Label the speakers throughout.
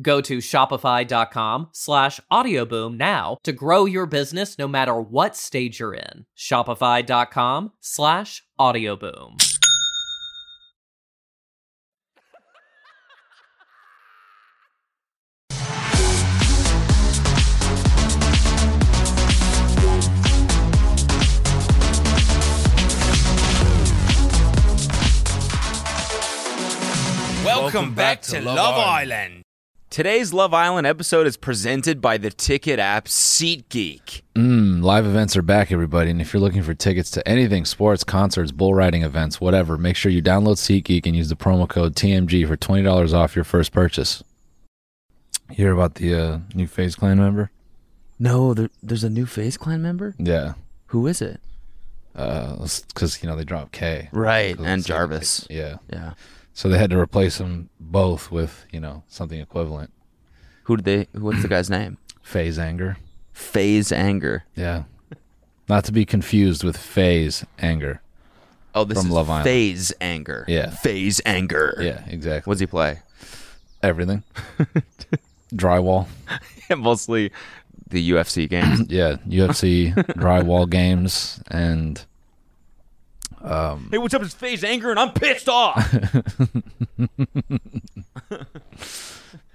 Speaker 1: Go to shopify.com slash audioboom now to grow your business no matter what stage you're in. Shopify.com slash audioboom.
Speaker 2: Welcome back to Love Island.
Speaker 3: Today's Love Island episode is presented by the ticket app SeatGeek.
Speaker 4: Mm, live events are back, everybody. And if you're looking for tickets to anything sports, concerts, bull riding events, whatever make sure you download SeatGeek and use the promo code TMG for $20 off your first purchase. You hear about the uh, new FaZe Clan member?
Speaker 5: No, there, there's a new Face Clan member.
Speaker 4: Yeah.
Speaker 5: Who is it?
Speaker 4: Because, you know, they dropped K.
Speaker 5: Right.
Speaker 3: And Jarvis.
Speaker 4: Yeah.
Speaker 5: Yeah.
Speaker 4: So they had to replace them both with, you know, something equivalent.
Speaker 5: Who did they? What's the guy's name?
Speaker 4: Phase anger.
Speaker 5: Phase Anger.
Speaker 4: Yeah. Not to be confused with phase anger.
Speaker 3: Oh, this
Speaker 4: From
Speaker 3: is
Speaker 4: Love Island.
Speaker 3: Phase Anger.
Speaker 4: Yeah.
Speaker 3: Phase Anger.
Speaker 4: Yeah, exactly.
Speaker 3: What's he play?
Speaker 4: Everything. Drywall.
Speaker 3: Mostly the UFC games.
Speaker 4: Yeah, UFC drywall games and
Speaker 3: hey, what's up? It's Phase Anger, and I'm pissed off.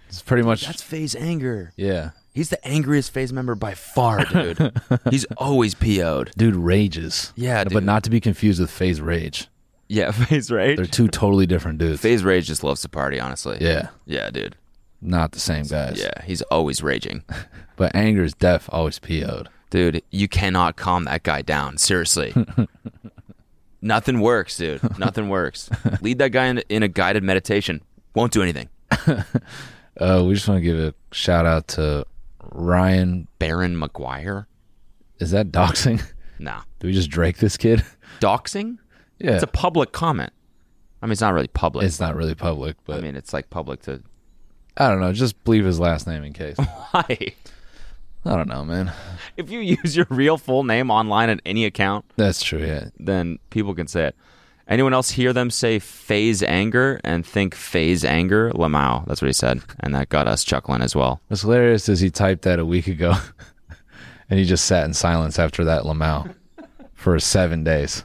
Speaker 4: it's pretty much
Speaker 5: That's Phase Anger.
Speaker 4: yeah.
Speaker 5: He's the angriest Phase member by far, dude. He's always PO'd.
Speaker 4: Dude rages.
Speaker 5: Yeah,
Speaker 4: but
Speaker 5: dude.
Speaker 4: not to be confused with phase rage.
Speaker 3: yeah, Phase Rage.
Speaker 4: They're two totally different dudes.
Speaker 3: Phase Rage just loves to party, honestly.
Speaker 4: Yeah,
Speaker 3: Yeah, dude.
Speaker 4: not the same guys.
Speaker 3: Yeah, he's always raging.
Speaker 4: But anger is deaf, always PO'd.
Speaker 3: Dude, you cannot calm that guy down. Seriously. Nothing works, dude. Nothing works. Lead that guy in, in a guided meditation. Won't do anything.
Speaker 4: Uh, we just want to give a shout out to Ryan.
Speaker 3: Baron McGuire?
Speaker 4: Is that doxing?
Speaker 3: Nah.
Speaker 4: Do we just Drake this kid?
Speaker 3: Doxing?
Speaker 4: Yeah.
Speaker 3: It's a public comment. I mean, it's not really public.
Speaker 4: It's not really public, but
Speaker 3: I mean, it's like public to.
Speaker 4: I don't know. Just believe his last name in case.
Speaker 3: Why?
Speaker 4: I don't know, man.
Speaker 3: If you use your real full name online at any account,
Speaker 4: That's true. Yeah.
Speaker 3: then people can say it. Anyone else hear them say phase anger and think phase anger? Lamau. That's what he said. And that got us chuckling as well.
Speaker 4: What's hilarious is he typed that a week ago, and he just sat in silence after that Lamau for seven days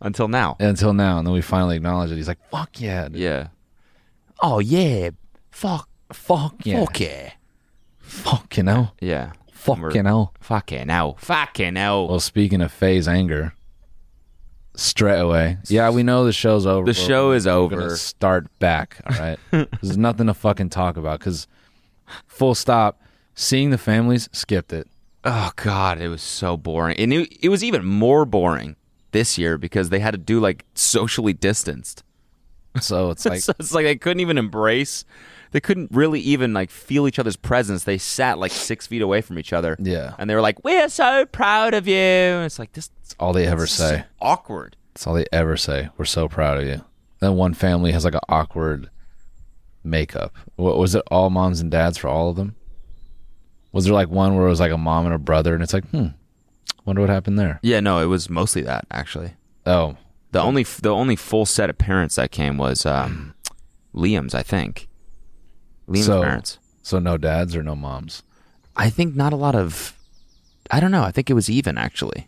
Speaker 3: Until now.
Speaker 4: until now, and then we finally acknowledged it. He's like, "Fuck yeah, dude.
Speaker 3: Yeah.
Speaker 5: Oh yeah. Fuck.
Speaker 4: fuck yeah,
Speaker 5: Fuck yeah.
Speaker 4: fucking hell,
Speaker 3: Yeah.
Speaker 4: fucking hell."
Speaker 3: Fucking hell. Fucking hell.
Speaker 4: Well, speaking of phase anger, straight away. Yeah, we know the show's over.
Speaker 3: the show is
Speaker 4: We're gonna
Speaker 3: over.
Speaker 4: start back. All right, there's nothing to fucking talk about because full stop. Seeing the families skipped it.
Speaker 3: Oh god, it was so boring. And it, it was even more boring this year because they had to do like socially distanced.
Speaker 4: So it's like
Speaker 3: so it's like they couldn't even embrace. They couldn't really even like feel each other's presence. They sat like six feet away from each other.
Speaker 4: Yeah.
Speaker 3: And they were like, "We're so proud of you." And it's like this
Speaker 4: it's all they ever say.
Speaker 3: awkward.
Speaker 4: It's all they ever say. We're so proud of you. Then one family has like an awkward makeup. What was it? All moms and dads for all of them? Was there like one where it was like a mom and a brother, and it's like, hmm, wonder what happened there?
Speaker 3: Yeah, no, it was mostly that actually.
Speaker 4: Oh,
Speaker 3: The only the only full set of parents that came was um, Liam's, I think. Liam's
Speaker 4: So-
Speaker 3: parents.
Speaker 4: so no dads or no moms?
Speaker 3: I think not a lot of. I don't know. I think it was even actually.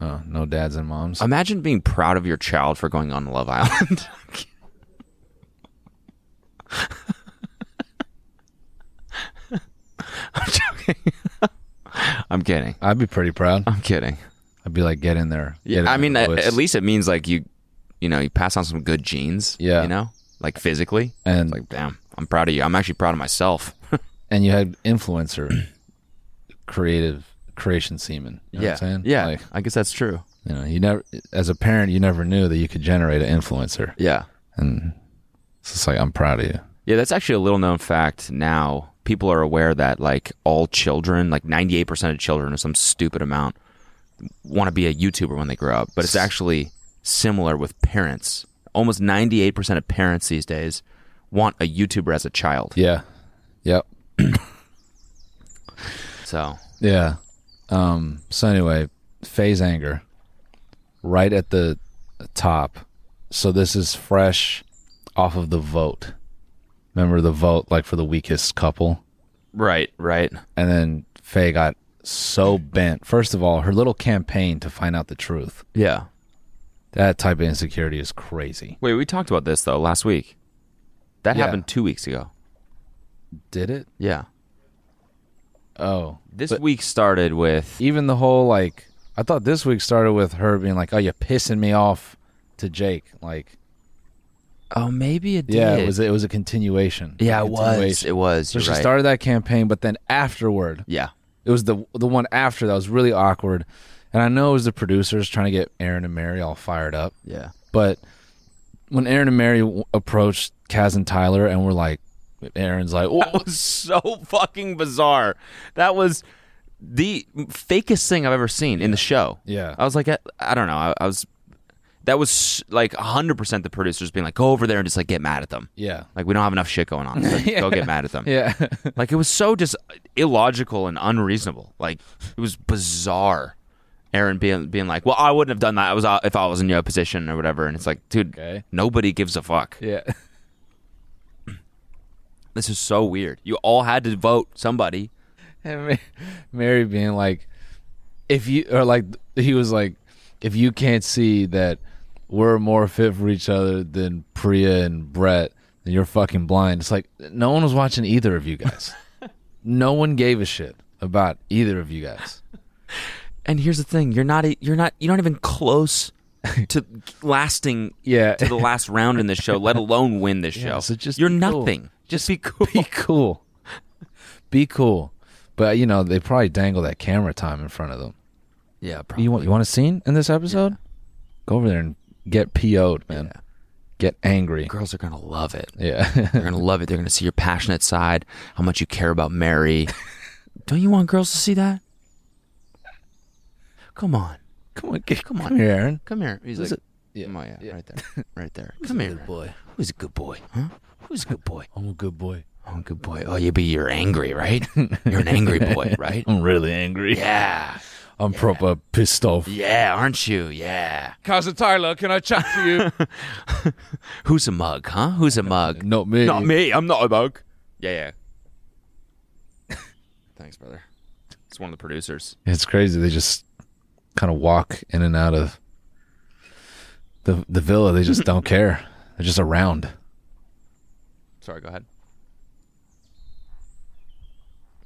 Speaker 4: Oh, no dads and moms.
Speaker 3: Imagine being proud of your child for going on Love Island. I'm joking. I'm kidding.
Speaker 4: I'd be pretty proud.
Speaker 3: I'm kidding.
Speaker 4: I'd be like, get in there. Get
Speaker 3: Uh, Yeah,
Speaker 4: in
Speaker 3: I
Speaker 4: the
Speaker 3: mean, at,
Speaker 4: woods."
Speaker 3: at least it means like you, you know, you pass on some good genes.
Speaker 4: Yeah.
Speaker 3: you know, like physically.
Speaker 4: and
Speaker 3: Like, damn, I'm proud of you. I'm actually proud of myself.
Speaker 4: and you had influencer, creative creation semen. You know
Speaker 3: yeah,
Speaker 4: what I'm saying?
Speaker 3: yeah.
Speaker 4: Like,
Speaker 3: I guess that's true.
Speaker 4: you know, you never as a parent, you never knew that you could generate an influencer,
Speaker 3: Yeah,
Speaker 4: and it's just like I'm proud of you.
Speaker 3: yeah. That's actually a little known fact now. People are aware that like all children, like 98 percent of children, or some stupid amount, want to be a YouTuber when they grow up. But it's actually similar with parents. Almost 98 percent of parents these days want a YouTuber as a child.
Speaker 4: Yeah. Yep.
Speaker 3: So
Speaker 4: Yeah. Um, so anyway, phase anger, right at the top. So this is fresh off of the vote. Remember the vote, like for the weakest couple,
Speaker 3: right, right.
Speaker 4: and then Faye got so bent. First of all, her little campaign to find out the truth.
Speaker 3: Yeah.
Speaker 4: That type of insecurity is crazy.
Speaker 3: Wait, we talked about this though last week. That
Speaker 4: Yeah.
Speaker 3: happened two weeks ago.
Speaker 4: Did it?
Speaker 3: Yeah.
Speaker 4: Oh,
Speaker 3: This week started with
Speaker 4: even the whole like, I thought this week started with her being like, "Oh, you're pissing me off," to Jake. Like,
Speaker 3: oh maybe it did.
Speaker 4: yeah, it was it was a continuation.
Speaker 3: yeah
Speaker 4: A
Speaker 3: it was
Speaker 4: continuation.
Speaker 3: it was.
Speaker 4: So
Speaker 3: you're
Speaker 4: she
Speaker 3: right.
Speaker 4: started that campaign, but then afterward,
Speaker 3: Yeah.
Speaker 4: it was the the one after that was really awkward. And I know it was the producers trying to get Aaron and Mary all fired up,
Speaker 3: Yeah.
Speaker 4: but when Aaron and Mary w- approached Kaz and Tyler, and were like, Aaron's like, "Oh,
Speaker 3: That was so fucking bizarre. That was the fakest thing I've ever seen in the show.
Speaker 4: Yeah.
Speaker 3: I was like, I, I don't know. I, I was. That was like 100% the producers being like, go over there and just like get mad at them.
Speaker 4: yeah,
Speaker 3: Like, we don't have enough shit going on. So Go get mad at them.
Speaker 4: yeah."
Speaker 3: Like it was so just illogical and unreasonable. Like it was bizarre. Aaron being being like, "Well, I wouldn't have done that. I was out if I was in your position or whatever." And it's like, dude,
Speaker 4: Okay.
Speaker 3: nobody gives a fuck.
Speaker 4: yeah.
Speaker 3: This is so weird. You all had to vote somebody.
Speaker 4: And Ma- Mary being like, if you or like he was like, if you can't see that we're more fit for each other than Priya and Brett, then you're fucking blind. It's like no one was watching either of you guys. no one gave a shit about either of you guys.
Speaker 3: And here's the thing: you're not e- you're not you're not even close to lasting
Speaker 4: Yeah.
Speaker 3: to the last round in this show, let alone win this show.
Speaker 4: so just
Speaker 3: you're
Speaker 4: be cool.
Speaker 3: nothing. Just be cool.
Speaker 4: Be cool. Be cool. But you know, they probably dangle that camera time in front of them.
Speaker 3: yeah, probably.
Speaker 4: You want you want a scene in this episode? Go over there and get PO'd, man. Get angry.
Speaker 3: Girls are gonna love it.
Speaker 4: Yeah.
Speaker 3: They're gonna love it. They're gonna see your passionate side, how much you care about Mary. Don't you want girls to see that? Come on,
Speaker 4: Come on, get, come on, here, Aaron.
Speaker 3: come here. He's like,
Speaker 4: Yeah.
Speaker 3: "Oh, yeah, right there, right there. Come here, boy. Who's a good boy? Huh? Who's a good boy?
Speaker 4: I'm a good boy.
Speaker 3: Oh, good boy. Oh, you be you're angry, right? You're an angry boy, right?
Speaker 4: I'm really angry.
Speaker 3: Yeah,
Speaker 4: I'm proper pissed off.
Speaker 3: yeah, aren't you? Yeah.
Speaker 4: Cousin Tyler, can I chat to you?
Speaker 3: Who's a mug? Huh? Who's a mug?
Speaker 4: Not me.
Speaker 3: Not me. I'm not a mug. Yeah, yeah. Thanks, brother. It's one of the producers.
Speaker 4: It's crazy. They just kind of walk in and out of the the villa. They just don't care. They're just around.
Speaker 3: Sorry, go ahead.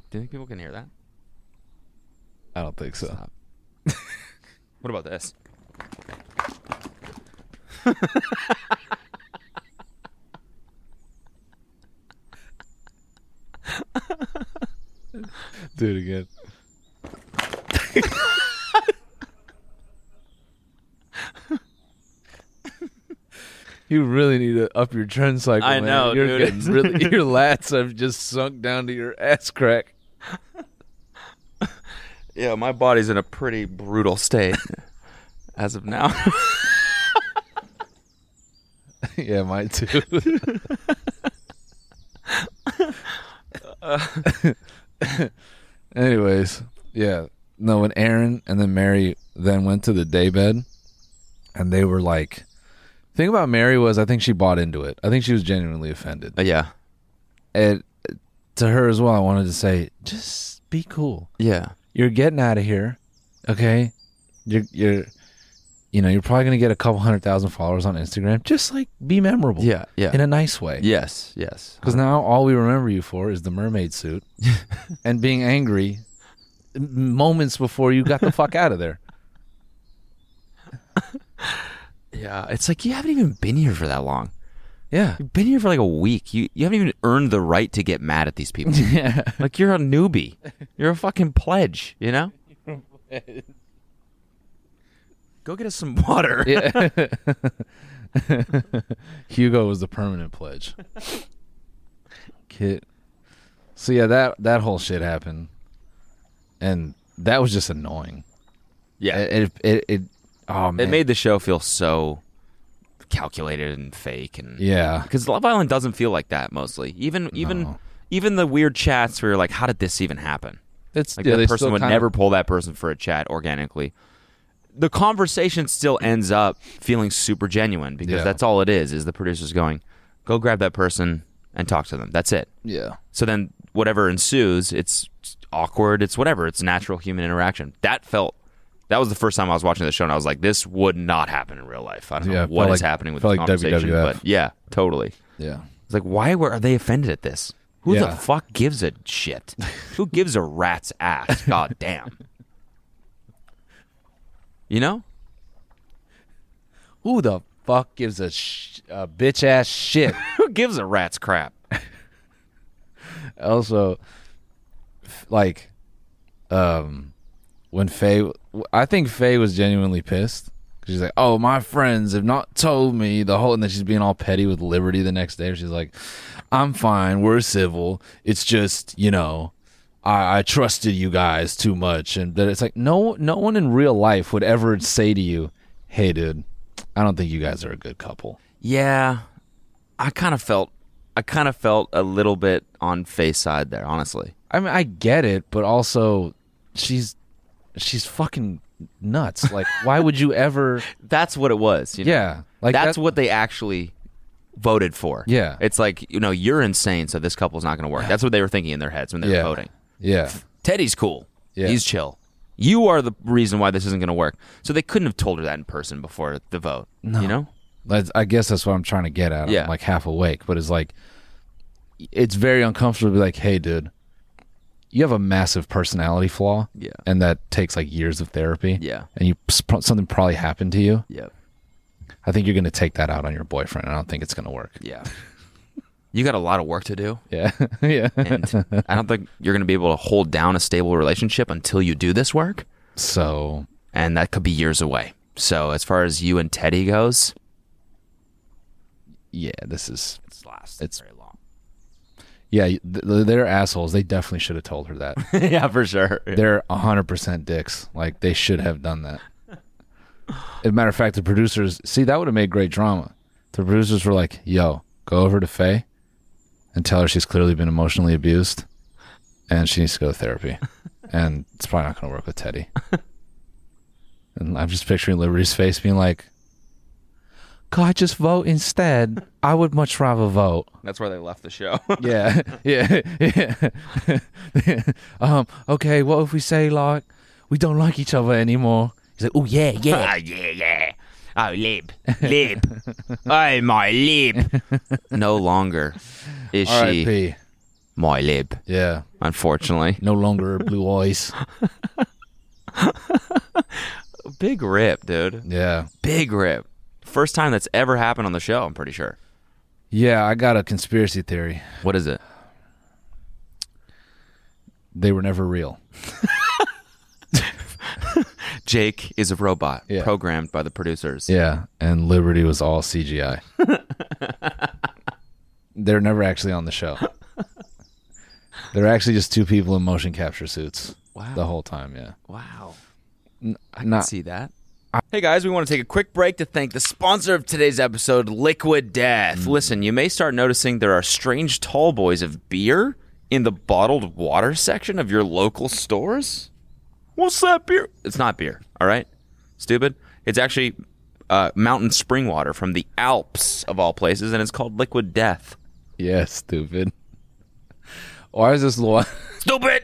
Speaker 3: Do you think people can hear that?
Speaker 4: I don't think so.
Speaker 3: What about this?
Speaker 4: Do it again. You really need to up your trend cycle.
Speaker 3: I
Speaker 4: man.
Speaker 3: know,
Speaker 4: You're
Speaker 3: dude.
Speaker 4: getting really, your lats have just sunk down to your ass crack.
Speaker 3: Yeah, my body's in a pretty brutal state as of now.
Speaker 4: yeah, mine too. Anyways, yeah. No, when Aaron and then Mary then went to the daybed, and they were like, thing about Mary was I think she bought into it. I think she was genuinely offended.
Speaker 3: Uh, yeah.
Speaker 4: And to her as well, I wanted to say, just be cool.
Speaker 3: Yeah.
Speaker 4: You're getting out of here, okay? You're you're you know you're probably gonna get a couple hundred thousand followers on Instagram. Just like be memorable.
Speaker 3: Yeah, yeah.
Speaker 4: In a nice way.
Speaker 3: Yes. Yes.
Speaker 4: Because now all we remember you for is the mermaid suit and being angry m- moments before you got the fuck out of there.
Speaker 3: Yeah. It's like you haven't even been here for that long.
Speaker 4: Yeah.
Speaker 3: You've been here for like a week. You you haven't even earned the right to get mad at these people.
Speaker 4: Yeah.
Speaker 3: like you're a newbie. You're a fucking pledge. You know. Go get us some water.
Speaker 4: Yeah. Hugo was the permanent pledge. Kit. So yeah, that that whole shit happened, and that was just annoying.
Speaker 3: Yeah. It,
Speaker 4: It it, it oh man.
Speaker 3: made the show feel so calculated and fake and
Speaker 4: yeah
Speaker 3: because Love Island doesn't feel like that mostly. Even even
Speaker 4: No.
Speaker 3: even the weird chats where you're like, how did this even happen?
Speaker 4: it's
Speaker 3: Like
Speaker 4: yeah, they
Speaker 3: that person
Speaker 4: still
Speaker 3: would
Speaker 4: kinda-
Speaker 3: never pull that person for a chat organically. The conversation still ends up feeling super genuine because
Speaker 4: Yeah.
Speaker 3: that's all it is. Is the producers going, go grab that person and talk to them. That's it.
Speaker 4: yeah
Speaker 3: So then whatever ensues, it's awkward. It's whatever. It's natural human interaction. That felt. That was the first time I was watching the show, and I was like, "This would not happen in real life." I don't
Speaker 4: Yeah,
Speaker 3: know
Speaker 4: it
Speaker 3: what
Speaker 4: felt
Speaker 3: is
Speaker 4: like-
Speaker 3: happening with
Speaker 4: felt
Speaker 3: this
Speaker 4: like
Speaker 3: conversation,
Speaker 4: WWF.
Speaker 3: but yeah, totally.
Speaker 4: yeah
Speaker 3: It's like, why were are they offended at this? Who
Speaker 4: Yeah.
Speaker 3: the fuck gives a shit? Who gives a rat's ass? God damn. You know?
Speaker 4: who the fuck gives a, sh- a bitch ass shit
Speaker 3: Who gives a rat's crap?
Speaker 4: also f- like um when Faye I think Faye was genuinely pissed 'Cause she's like oh my friends have not told me the whole and then she's being all petty with Liberty the next day she's like I'm fine we're civil it's just you know I, I trusted you guys too much and that it's like no no one in real life would ever say to you hey dude I don't think you guys are a good couple
Speaker 3: Yeah. I kind of felt I kind of felt a little bit on face side there, honestly.
Speaker 4: I mean, I get it, but also, she's she's fucking nuts. Like, why would you ever?
Speaker 3: That's what it was. You know?
Speaker 4: Yeah, like
Speaker 3: That's
Speaker 4: that-
Speaker 3: what they actually voted for.
Speaker 4: Yeah.
Speaker 3: It's like, you know, you're insane, so this couple's not gonna work. That's what they were thinking in their heads when they
Speaker 4: Yeah.
Speaker 3: were voting.
Speaker 4: Yeah,
Speaker 3: Teddy's cool.
Speaker 4: Yeah.
Speaker 3: He's chill. You are the reason why this isn't going to work. So they couldn't have told her that in person before the vote. You know?
Speaker 4: That's- I guess that's what I'm trying to get at.
Speaker 3: Yeah.
Speaker 4: I'm like half awake, but it's like it's very uncomfortable to be like, "Hey, dude, you have a massive personality flaw."
Speaker 3: Yeah.
Speaker 4: and that takes like years of therapy.
Speaker 3: Yeah.
Speaker 4: and you sp- something probably happened to you.
Speaker 3: Yeah.
Speaker 4: I think you're gonna take that out on your boyfriend. I don't think it's gonna work.
Speaker 3: Yeah. you got a lot of work to do.
Speaker 4: Yeah, yeah.
Speaker 3: And I don't think you're going to be able to hold down a stable relationship until you do this work.
Speaker 4: So
Speaker 3: And that could be years away. So as far as you and Teddy goes,
Speaker 4: yeah, this is
Speaker 3: it's last.
Speaker 4: It's-
Speaker 3: very long.
Speaker 4: yeah. Th- they're assholes. They definitely should have told her that.
Speaker 3: yeah, for sure.
Speaker 4: they're 100% dicks. Like, they should have done that. As a matter of fact, the producers see that would have made great drama. The producers were like, yo, go over to Faye and tell her she's clearly been emotionally abused and she needs to go to therapy. And it's probably not going to work with Teddy. And I'm just picturing Liberty's face being like, God, just vote instead. I would much rather vote.
Speaker 3: That's where they left the show.
Speaker 4: Yeah, yeah, yeah. um, okay, what if we say like we don't like each other anymore? He's like, oh yeah, yeah,
Speaker 2: Ah, yeah, yeah. Oh, lib, lib. oh, my lib.
Speaker 3: no longer is she
Speaker 4: R.I.P.
Speaker 3: my lib,
Speaker 4: Yeah,
Speaker 3: unfortunately.
Speaker 4: no longer blue eyes.
Speaker 3: Big rip, dude.
Speaker 4: Yeah,
Speaker 3: big rip. First time that's ever happened on the show, I'm pretty sure.
Speaker 4: yeah. I got a conspiracy theory.
Speaker 3: What is it?
Speaker 4: They were never real.
Speaker 3: Jake is a robot
Speaker 4: Yeah.
Speaker 3: programmed by the producers.
Speaker 4: Yeah, and Liberty was all CGI. They're never actually on the show. They're actually just two people in motion capture suits.
Speaker 3: Wow.
Speaker 4: The whole time, yeah.
Speaker 3: Wow.
Speaker 4: I Not,
Speaker 3: See that? Hey guys, we want to take a quick break to thank the sponsor of today's episode, Liquid Death. Listen, you may start noticing there are strange tall boys of beer in the bottled water section of your local stores. What's that beer? It's not beer, all right? Stupid. It's actually uh, mountain spring water from the Alps of all places, and it's called Liquid Death.
Speaker 4: Yeah, stupid. Why is this law?
Speaker 3: Stupid.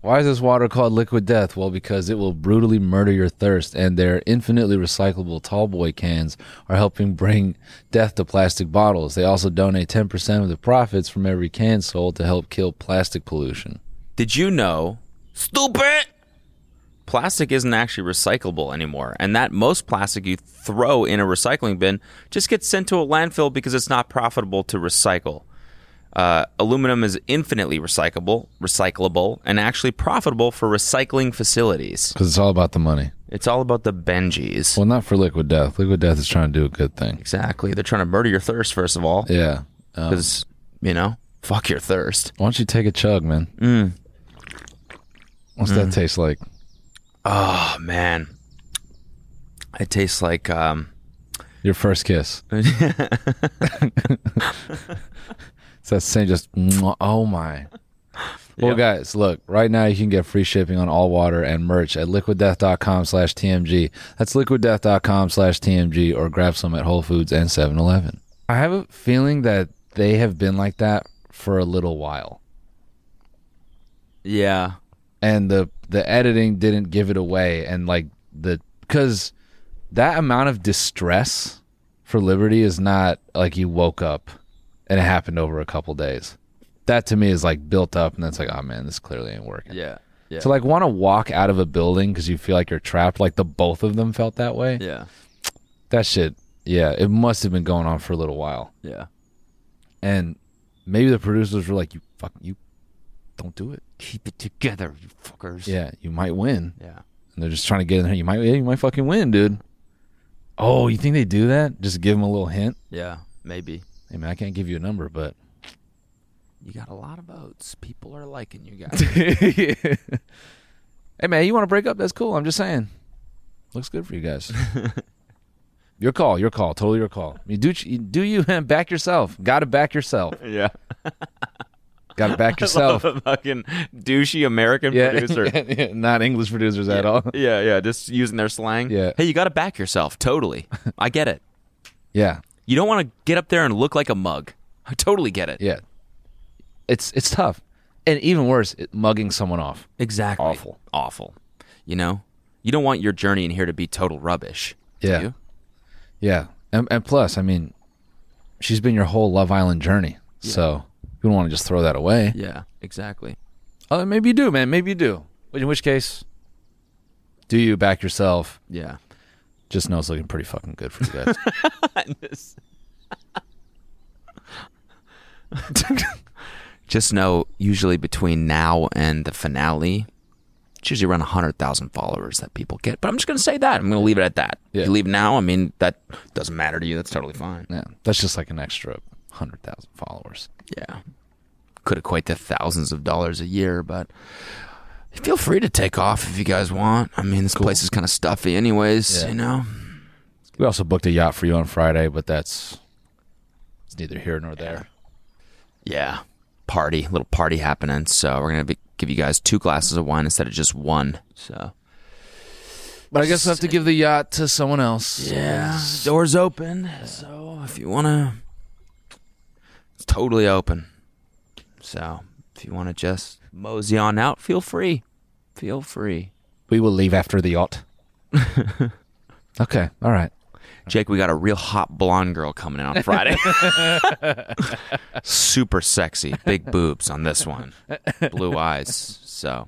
Speaker 4: Why is this water called liquid death? Well, because it will brutally murder your thirst, and their infinitely recyclable tallboy cans are helping bring death to plastic bottles. They also donate 10% of the profits from every can sold to help kill plastic pollution.
Speaker 3: Did you know? Stupid. Plastic isn't actually recyclable anymore, and that most plastic you throw in a recycling bin just gets sent to a landfill because it's not profitable to recycle. Uh, aluminum is infinitely recyclable, recyclable, and actually profitable for recycling facilities.
Speaker 4: Because it's all about the money.
Speaker 3: It's all about the Benjis.
Speaker 4: Well, not for liquid death. Liquid death is trying to do a good thing.
Speaker 3: Exactly. They're trying to murder your thirst, first of all,
Speaker 4: Yeah. Um, why
Speaker 3: because, you know, fuck your thirst.
Speaker 4: don't you take a chug, man? What's that taste like?
Speaker 3: Oh, man. It tastes like, um,
Speaker 4: Your first kiss. it's that same just, mwah, oh my. Well, guys, look, right now you can get free shipping on all water and merch at liquiddeath.com slash TMG. That's liquiddeath.com slash TMG or grab some at Whole Foods and 7 Eleven. I have a feeling that they have been like that for a little while.
Speaker 3: yeah.
Speaker 4: and the the editing didn't give it away and like the because that amount of distress for liberty is not like you woke up and it happened over a couple days that to me is like built up and that's like oh man this clearly ain't working
Speaker 3: Yeah. Yeah.
Speaker 4: to like want to walk out of a building because you feel like you're trapped like the both of them felt that way
Speaker 3: Yeah.
Speaker 4: that shit yeah it must have been going on for a little while
Speaker 3: Yeah.
Speaker 4: and maybe the producers were like you fuck you don't do it
Speaker 2: Keep it together, you fuckers.
Speaker 4: yeah you might win
Speaker 3: Yeah.
Speaker 4: And they're just trying to get in there. You might, yeah, you might fucking win, dude. Oh, you think they do that? Just give them a little hint.
Speaker 3: Yeah. Maybe.
Speaker 4: Hey man, I can't give you a number, but
Speaker 3: You got a lot of votes. People are liking you guys.
Speaker 4: hey man, you want to break up? That's cool. I'm just saying, looks good for you guys. your call, your call, totally your call. You do, you- do you man, back yourself? Got to back yourself.
Speaker 3: yeah.
Speaker 4: Got to back yourself.
Speaker 3: A fucking douchey American producer.
Speaker 4: yeah, yeah, not English producers at all.
Speaker 3: Yeah, yeah, just using their slang.
Speaker 4: Yeah.
Speaker 3: Hey, you got to back yourself. Totally. I get it.
Speaker 4: Yeah,
Speaker 3: You don't want to get up there and look like a mug. I totally get it.
Speaker 4: yeah. It's it's tough, and even worse, it, mugging someone off.
Speaker 3: Exactly. Awful. Awful. You know? You don't want your journey in here to be total rubbish. do
Speaker 4: Yeah.
Speaker 3: you?
Speaker 4: Yeah, and, and plus, I mean, she's been your whole Love Island journey, so you don't want to just throw that away.
Speaker 3: Yeah, exactly.
Speaker 4: Uh, maybe you do, man. Maybe you do. But in which case, do you back yourself?
Speaker 3: Yeah.
Speaker 4: Just know it's looking pretty fucking good for you guys.
Speaker 3: Just know, usually between now and the finale, it's usually around 100,000 followers that people get. But I'm just going to say that. I'm going to leave it at that.
Speaker 4: Yeah.
Speaker 3: You leave now, I mean, that doesn't matter to you. That's totally fine.
Speaker 4: yeah, that's just like an extra hundred thousand followers.
Speaker 3: Yeah. Could equate to thousands of dollars a year, but feel free to take off if you guys want. I mean, this place is kind of stuffy, anyways,
Speaker 4: Yeah.
Speaker 3: you know?
Speaker 4: We also booked a yacht for you on Friday, but that's it's neither here nor there.
Speaker 3: Yeah. Party, little party happening. So we're going to give you guys two glasses of wine instead of just one. So.
Speaker 4: But I guess we will have to give the yacht to someone else.
Speaker 3: Yeah, door's open. So if you wanna, it's totally open. So if you wanna just mosey on out, feel free. Feel free.
Speaker 4: we will leave after the yacht. okay, all right.
Speaker 3: Jake, we got a real hot blonde girl coming in on Friday. Super sexy, big boobs on this one, blue eyes. So,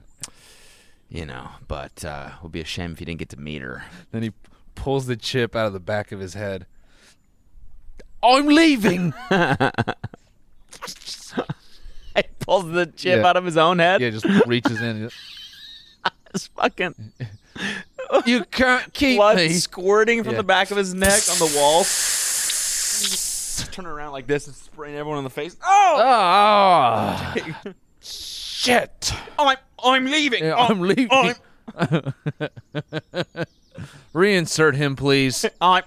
Speaker 3: you know, but uh, it would be a shame if you didn't get to meet her.
Speaker 4: Then he pulls the chip out of the back of his head. I'm leaving.
Speaker 3: Pulls the chip
Speaker 4: Yeah.
Speaker 3: out of his own head.
Speaker 4: yeah, just reaches in.
Speaker 3: It's fucking
Speaker 4: You can't keep
Speaker 3: blood
Speaker 4: me.
Speaker 3: squirting from
Speaker 4: Yeah.
Speaker 3: the back of his neck on the walls. Turn around like this and spraying everyone in the face. Oh,
Speaker 4: Ah, shit!
Speaker 3: I'm I'm leaving.
Speaker 4: Yeah,
Speaker 3: Oh,
Speaker 4: I'm leaving.
Speaker 3: I'm,
Speaker 4: Reinsert him, please.
Speaker 2: I'm,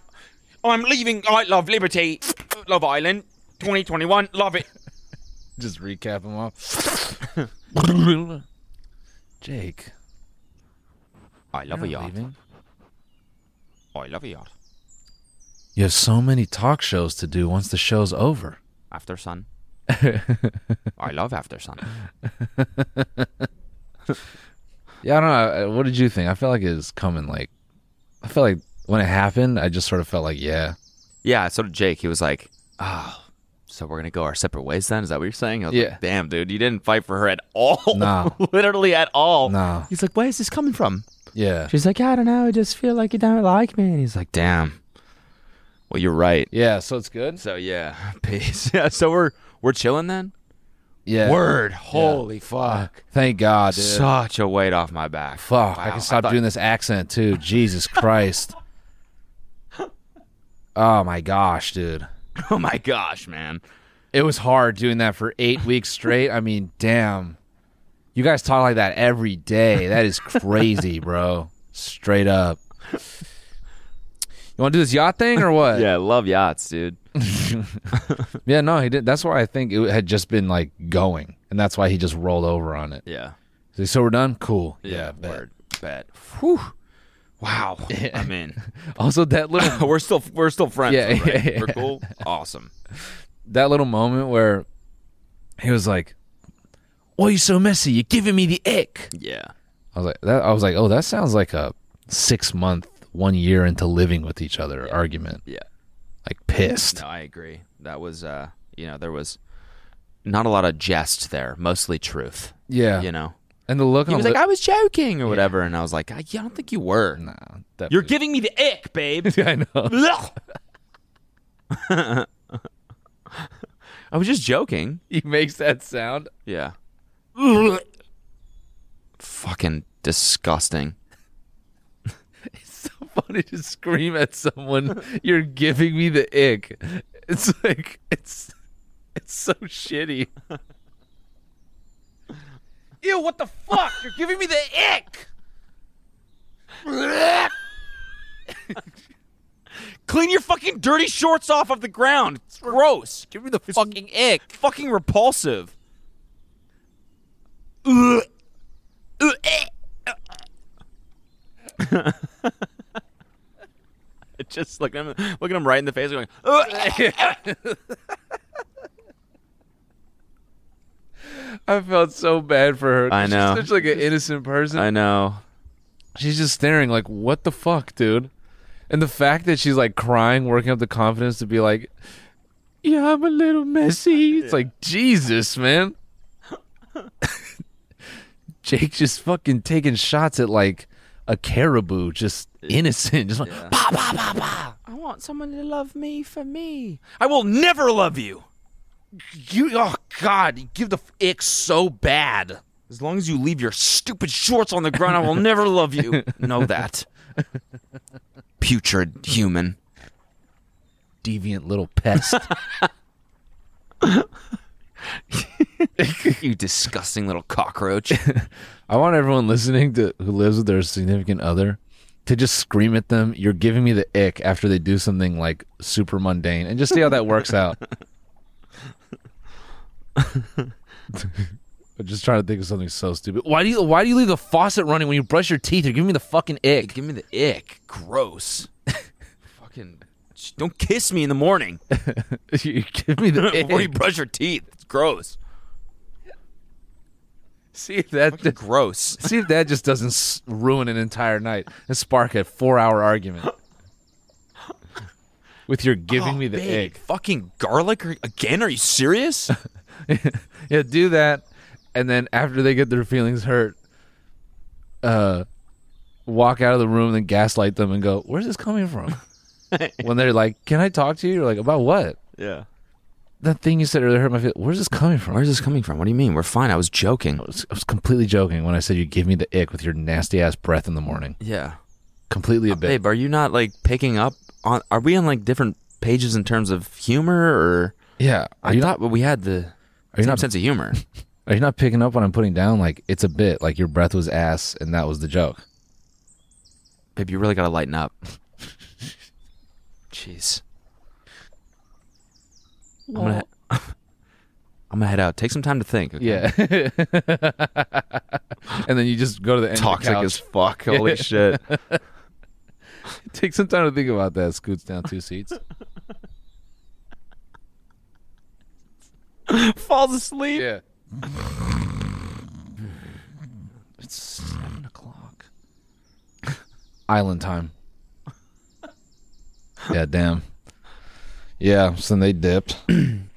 Speaker 2: I'm leaving. I love liberty. Love Island. 2021. Love it.
Speaker 4: just recap him off. Jake,
Speaker 2: I love
Speaker 4: you're
Speaker 2: a
Speaker 4: not
Speaker 2: yacht.
Speaker 4: leaving.
Speaker 3: Oh,
Speaker 2: I love a yacht.
Speaker 4: You have so many talk shows to do once the show's over.
Speaker 3: After Sun. I love After Sun.
Speaker 4: Yeah, I don't know. I- What did you think? I felt like it was coming. Like, I felt like when it happened, I just sort of felt like, yeah,
Speaker 3: Yeah, so did Jake. He was like, oh, so we're going to go our separate ways then? Is that what you're saying? I was
Speaker 4: Yeah.
Speaker 3: like, damn, dude, you didn't fight for her at all.
Speaker 4: No.
Speaker 3: Literally at all.
Speaker 4: no,
Speaker 3: He's like, where is this coming from?
Speaker 4: yeah,
Speaker 3: She's like, I don't know. I just feel like you don't like me. And he's like, damn. Well, you're right.
Speaker 4: yeah. So it's good.
Speaker 3: So yeah, peace. Yeah, so we're we're chilling then.
Speaker 4: Yeah.
Speaker 3: Word, holy fuck!
Speaker 4: Thank God, dude.
Speaker 3: Such a weight off my back.
Speaker 4: Fuck, I
Speaker 3: Wow,
Speaker 4: can stop
Speaker 3: thought-
Speaker 4: doing this accent too. Jesus Christ. Oh my gosh, dude.
Speaker 3: Oh my gosh, man.
Speaker 4: It was hard doing that for eight weeks straight. I mean, damn. You guys talk like that every day. That is crazy, bro. Straight up. You want to do this yacht thing or what?
Speaker 3: Yeah, love yachts, dude.
Speaker 4: Yeah, no, he did. That's why I think it had just been like going, and that's why he just rolled over on it.
Speaker 3: Yeah,
Speaker 4: He's like, so we're done. Cool. bet.
Speaker 3: word, bet. Whew. Wow. I mean,
Speaker 4: Also, that little
Speaker 3: we're still we're still friends.
Speaker 4: Yeah,
Speaker 3: though, right?
Speaker 4: yeah, yeah.
Speaker 3: We're cool. Awesome.
Speaker 4: that little moment where he was like, "Why are you so messy? You're giving me the ick."
Speaker 3: Yeah.
Speaker 4: I was like, that, "I was like, oh, that sounds like a six month, one year into living with each other argument."
Speaker 3: Yeah.
Speaker 4: like pissed.
Speaker 3: No, I agree. That was uh, you know, there was not a lot of jest there, mostly truth.
Speaker 4: Yeah,
Speaker 3: You know.
Speaker 4: and the look
Speaker 3: He
Speaker 4: on
Speaker 3: was
Speaker 4: the
Speaker 3: like, I was joking or whatever, and I was like, I, yeah, I don't think you were.
Speaker 4: nah,
Speaker 3: You're
Speaker 4: definitely-
Speaker 3: giving me the ick, babe.
Speaker 4: I know.
Speaker 3: Blech. I was just joking.
Speaker 4: He makes that sound.
Speaker 3: Yeah. Fucking disgusting.
Speaker 4: Funny to scream at someone. You're giving me the ick. It's like it's it's so shitty.
Speaker 2: Ew, what the fuck? You're giving me the ick!
Speaker 3: Clean your fucking dirty shorts off of the ground. It's gross.
Speaker 2: Give me the
Speaker 3: fucking ick. Fucking repulsive. Just look at him, look at him right in the face, going.
Speaker 4: I felt so bad for her.
Speaker 3: I know.
Speaker 4: She's such like an innocent person.
Speaker 3: I know.
Speaker 4: she's just staring like what the fuck dude and the fact that she's like crying working up the confidence to be like yeah i'm a little messy it's like jesus man jake just fucking taking shots at like a caribou just innocent just like "Bah, bah, bah, bah."
Speaker 3: I want someone to love me for me. I will never love you.
Speaker 5: You, oh God, you give the f- ick so bad.
Speaker 3: As long as you leave your stupid shorts on the ground, I will never love you. Know that. Putrid human.
Speaker 4: deviant little pest
Speaker 3: you disgusting little cockroach.
Speaker 4: i want everyone listening to who lives with their significant other to just scream at them you're giving me the ick after they do something like super mundane and just see how that works out I'm just trying to think of something so stupid. Why do you why do you leave the faucet running when you brush your teeth? You're giving me the fucking ick.
Speaker 3: Give me the ick. Gross. Fucking. Don't kiss me in the morning
Speaker 4: you give me the
Speaker 3: before you
Speaker 4: ick.
Speaker 3: brush your teeth. It's gross.
Speaker 4: See if that just,
Speaker 3: Gross.
Speaker 4: see if that just doesn't s- ruin an entire night and spark a 4-hour argument. With your giving me the
Speaker 3: Oh, Babe,
Speaker 4: ick.
Speaker 3: Fucking garlic or- again? Are you serious?
Speaker 4: yeah, do that, and then after they get their feelings hurt, uh, walk out of the room and then gaslight them and go, "Where's this coming from?" when they're like, "Can I talk to you?" You're like, "About what?"
Speaker 3: yeah.
Speaker 4: That thing you said earlier hurt my feelings. Where's this coming from? I
Speaker 3: Where's this coming from? What do you mean? We're fine. I was joking.
Speaker 4: was, I was completely joking when I said you give me the ick with your nasty ass breath in the morning.
Speaker 3: Yeah.
Speaker 4: Completely a bit.
Speaker 3: Oh, Babe, are you not like picking up on? Are we on like different pages in terms of humor, or
Speaker 4: Yeah, are
Speaker 3: I
Speaker 4: you not?
Speaker 3: thought we had the
Speaker 4: Are you
Speaker 3: same
Speaker 4: not?
Speaker 3: sense of humor?
Speaker 4: Are you not picking up what I'm putting down? Like it's a bit. Like your breath was ass, and that was the joke.
Speaker 3: Babe, you really gotta lighten up. Jeez. I'm gonna, I'm gonna head out. Take some time to think. okay?
Speaker 4: Yeah. and then you just go to the end.
Speaker 3: Toxic
Speaker 4: of the couch.
Speaker 3: as fuck. Holy shit.
Speaker 4: Take some time to think about that. Scoots down two seats.
Speaker 3: Falls asleep.
Speaker 4: Yeah. it's seven o'clock. Island time. yeah, damn. Yeah, so then they dipped. and,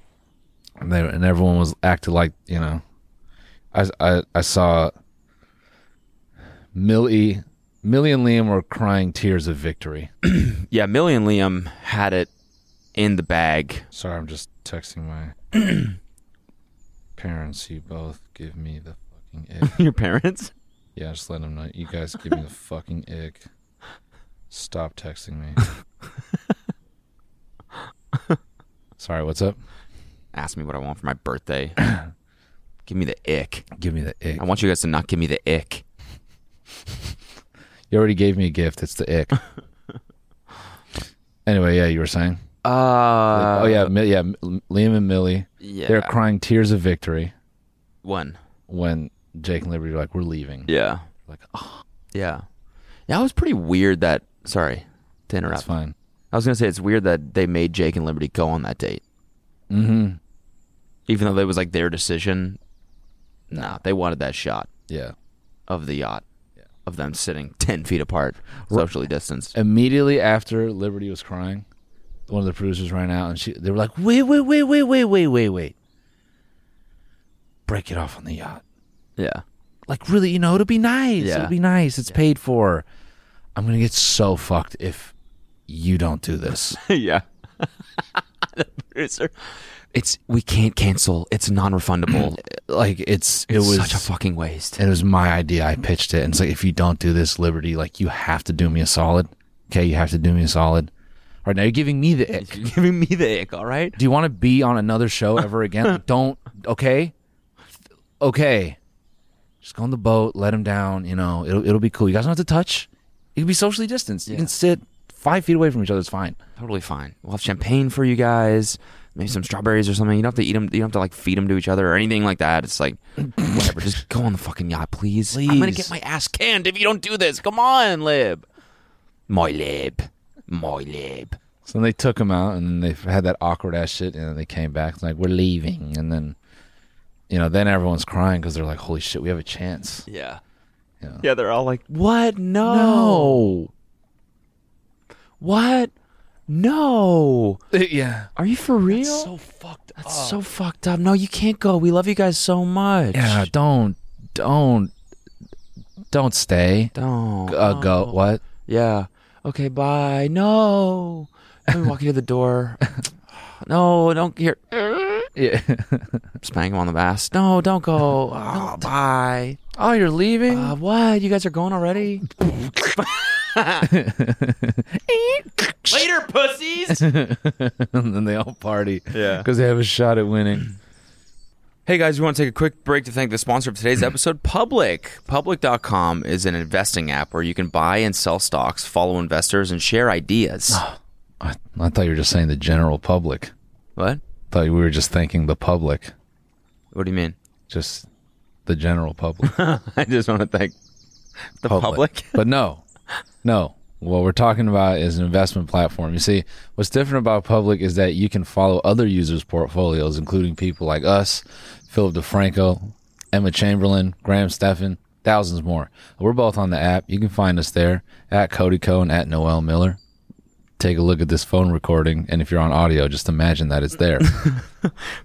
Speaker 4: they, and everyone was acting like, you know. I, I, I saw Millie, Millie and Liam were crying tears of victory.
Speaker 3: Yeah, Millie and Liam had it in the bag.
Speaker 4: Sorry, I'm just texting my parents. You both give me the fucking ick.
Speaker 3: Your parents?
Speaker 4: Yeah, just let them know. You guys give me the fucking ick. Stop texting me. Sorry, what's up?
Speaker 3: Ask me what I want for my birthday. give me the ick.
Speaker 4: Give me the ick.
Speaker 3: I want you guys to not give me the ick.
Speaker 4: You already gave me a gift. It's the ick. anyway, yeah, you were saying.
Speaker 3: Uh,
Speaker 4: oh yeah, Mi- yeah. Liam and Millie,
Speaker 3: yeah.
Speaker 4: they're crying tears of victory
Speaker 3: one.
Speaker 4: when Jake and Liberty are like, "We're leaving."
Speaker 3: Yeah.
Speaker 4: Like,
Speaker 3: ah. Yeah. Yeah, it was pretty weird that. Sorry to
Speaker 4: that's
Speaker 3: interrupt.
Speaker 4: fine.
Speaker 3: I was going to say it's weird that they made Jake and Liberty go on that date.
Speaker 4: Mm-hmm.
Speaker 3: Even though it was like their decision. Nah, they wanted that shot
Speaker 4: Yeah.
Speaker 3: of the yacht, of them sitting 10 feet apart, socially distanced.
Speaker 4: immediately after Liberty was crying, one of the producers ran out and she they were like, wait, wait, wait, wait, wait, wait, wait, wait. Break it off on the yacht.
Speaker 3: Yeah.
Speaker 4: Like really, you know, it'll be nice.
Speaker 3: Yeah.
Speaker 4: It'll be nice. It's paid for. I'm gonna get so fucked if you don't do this.
Speaker 3: yeah. It's we can't cancel. It's non-refundable.
Speaker 4: like it's it
Speaker 3: It's
Speaker 4: was
Speaker 3: such a fucking waste.
Speaker 4: it was my idea. I pitched it. And it's like if you don't do this, Liberty, like you have to do me a solid. Okay, you have to do me a solid. All right, now you're giving me the ick.
Speaker 3: You're giving me the ick, all right?
Speaker 4: Do you want to be on another show ever again? Don't. Okay. Okay. Just go on the boat, let him down. You know, it'll it'll be cool. You guys don't have to touch. You can be socially distanced. You can sit five feet away from each other. It's fine.
Speaker 3: Totally fine. We'll have champagne for you guys. Maybe some strawberries or something. You don't have to eat them. You don't have to like feed them to each other or anything like that. It's like whatever. Just go on the fucking yacht, please. I'm gonna get
Speaker 4: Please.
Speaker 3: my ass canned if you don't do this. Come on, Lib. My lib. My lib.
Speaker 4: So then they took him out, and then they had that awkward ass shit, and then they came back. It's like we're leaving, and then you know, then everyone's crying because they're like, "Holy shit, we have a chance."
Speaker 3: Yeah.
Speaker 4: Yeah.
Speaker 3: They're all like, what? No.
Speaker 4: No.
Speaker 3: What? No.
Speaker 4: Yeah.
Speaker 3: Are you for real? That's so fucked up. so fucked up. No, you can't go. We love you guys so much.
Speaker 4: Yeah. Don't. Don't. Don't stay.
Speaker 3: Don't.
Speaker 4: Uh, go.
Speaker 3: Oh.
Speaker 4: What?
Speaker 3: Yeah. Okay, bye. No. I'm walking to the door. no, don't hear.
Speaker 4: Yeah.
Speaker 3: Spank him on the ass. No, don't go. Oh, bye.
Speaker 4: Oh, you're leaving?
Speaker 3: Uh, what? You guys are going already? Later, pussies.
Speaker 4: and then they all party. Yeah. Because they have a shot at winning.
Speaker 3: Hey guys, we want to take a quick break to thank the sponsor of today's episode, Public. Public.com is an investing app where you can buy and sell stocks, follow investors, and share ideas.
Speaker 4: I, I thought you were just saying the general public.
Speaker 3: what?
Speaker 4: thought we were just thanking the public.
Speaker 3: What do you mean?
Speaker 4: Just the general public.
Speaker 3: I just want to thank the public.
Speaker 4: but no. No. What we're talking about is an investment platform. You see, what's different about public is that you can follow other users' portfolios, including people like us, Philip DeFranco, Emma Chamberlain, Graham Steffen, thousands more. We're both on the app. You can find us there at Cody Coe and at Noel Miller. Take a look at this phone recording, and if you're on audio, just imagine that it's there.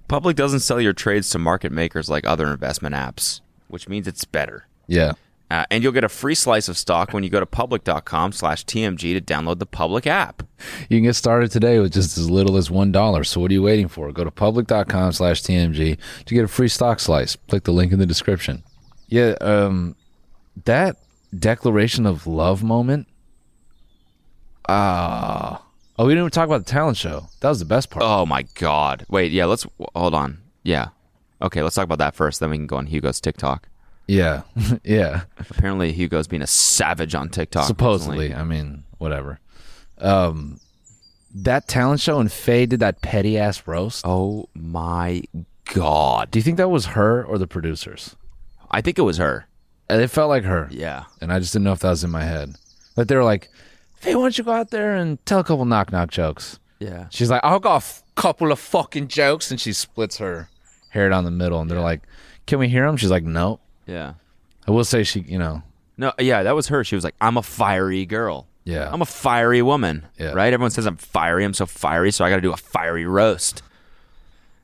Speaker 3: Public doesn't sell your trades to market makers like other investment apps, which means it's better.
Speaker 4: yeah.
Speaker 3: Uh, and you'll get a free slice of stock when you go to public.com slash TMG to download the public app.
Speaker 4: You can get started today with just as little as one dollar. So what are you waiting for? Go to public.com slash TMG to get a free stock slice. Click the link in the description. Yeah, um that declaration of love moment. Ah. oh, we didn't even talk about the talent show. That was the best part.
Speaker 3: Oh my God. Wait, yeah, let's hold on. Yeah. Okay, let's talk about that first. Then we can go on Hugo's TikTok.
Speaker 4: Yeah. yeah.
Speaker 3: Apparently, Hugo's being a savage on TikTok.
Speaker 4: Supposedly.
Speaker 3: recently.
Speaker 4: I mean, whatever. Um that talent show and Faye did that petty ass roast.
Speaker 3: Oh my God.
Speaker 4: Do you think that was her or the producers?
Speaker 3: I think it was her.
Speaker 4: It felt like her.
Speaker 3: Yeah.
Speaker 4: and I just didn't know if that was in my head. But they were like, Faye, why don't you go out there and tell a couple knock knock jokes?
Speaker 5: Yeah.
Speaker 4: She's like, I'll go a f- couple of fucking jokes. And she splits her hair down the middle. And they're like, Can we hear them? She's like, Nope.
Speaker 3: Yeah.
Speaker 4: I will say she, you know,
Speaker 3: No, yeah, that was her. She was like, I'm a fiery girl.
Speaker 4: Yeah.
Speaker 3: I'm a fiery woman.
Speaker 4: Yeah.
Speaker 3: Right? Everyone says I'm fiery. I'm so fiery, so I got to do a fiery roast.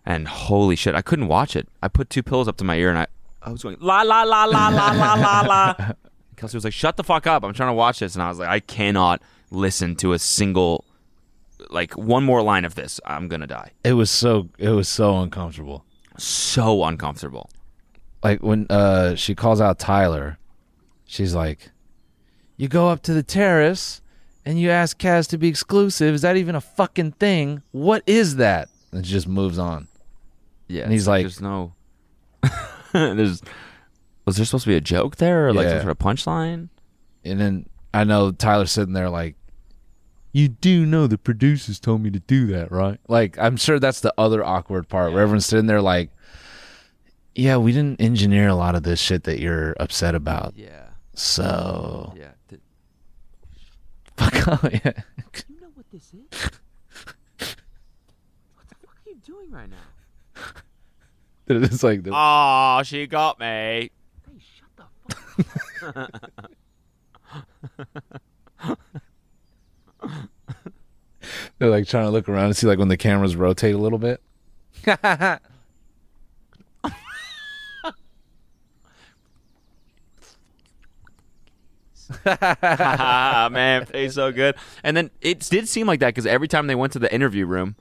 Speaker 3: And holy shit, I couldn't watch it. I put two pillows up to my ear and I, I was going, la, la, la, la, la, la, la, la. Kelsey was like, shut the fuck up. I'm trying to watch this. And I was like, I cannot listen to a single, like, one more line of this. I'm going to die.
Speaker 4: it was so, it was so uncomfortable.
Speaker 3: So uncomfortable.
Speaker 4: like when uh she calls out Tyler, she's like, "You go up to the terrace and you ask Kaz to be exclusive. Is that even a fucking thing? What is that?" And she just moves on.
Speaker 3: Yeah.
Speaker 4: And he's
Speaker 3: it's
Speaker 4: like-
Speaker 3: there's no. there's, was there supposed to be a joke there or like some
Speaker 4: Yeah.
Speaker 3: sort of punchline?
Speaker 4: And then I know Tyler's sitting there like, "You do know the producers told me to do that, right?" Like I'm sure that's the other awkward part where everyone's sitting there like, "Yeah, we didn't engineer a lot of this shit that you're upset about."
Speaker 5: Yeah.
Speaker 4: So
Speaker 5: Yeah. Th-
Speaker 4: fuck off. Yeah.
Speaker 5: you know what this is? what the fuck are you doing right now?
Speaker 4: it's like the-
Speaker 2: Ah, she got me.
Speaker 5: Hey, shut the fuck up.
Speaker 4: They're like trying to look around and see like when the cameras rotate a little bit.
Speaker 3: ah man, tastes so good. And then it did seem like that because every time they went to the interview room,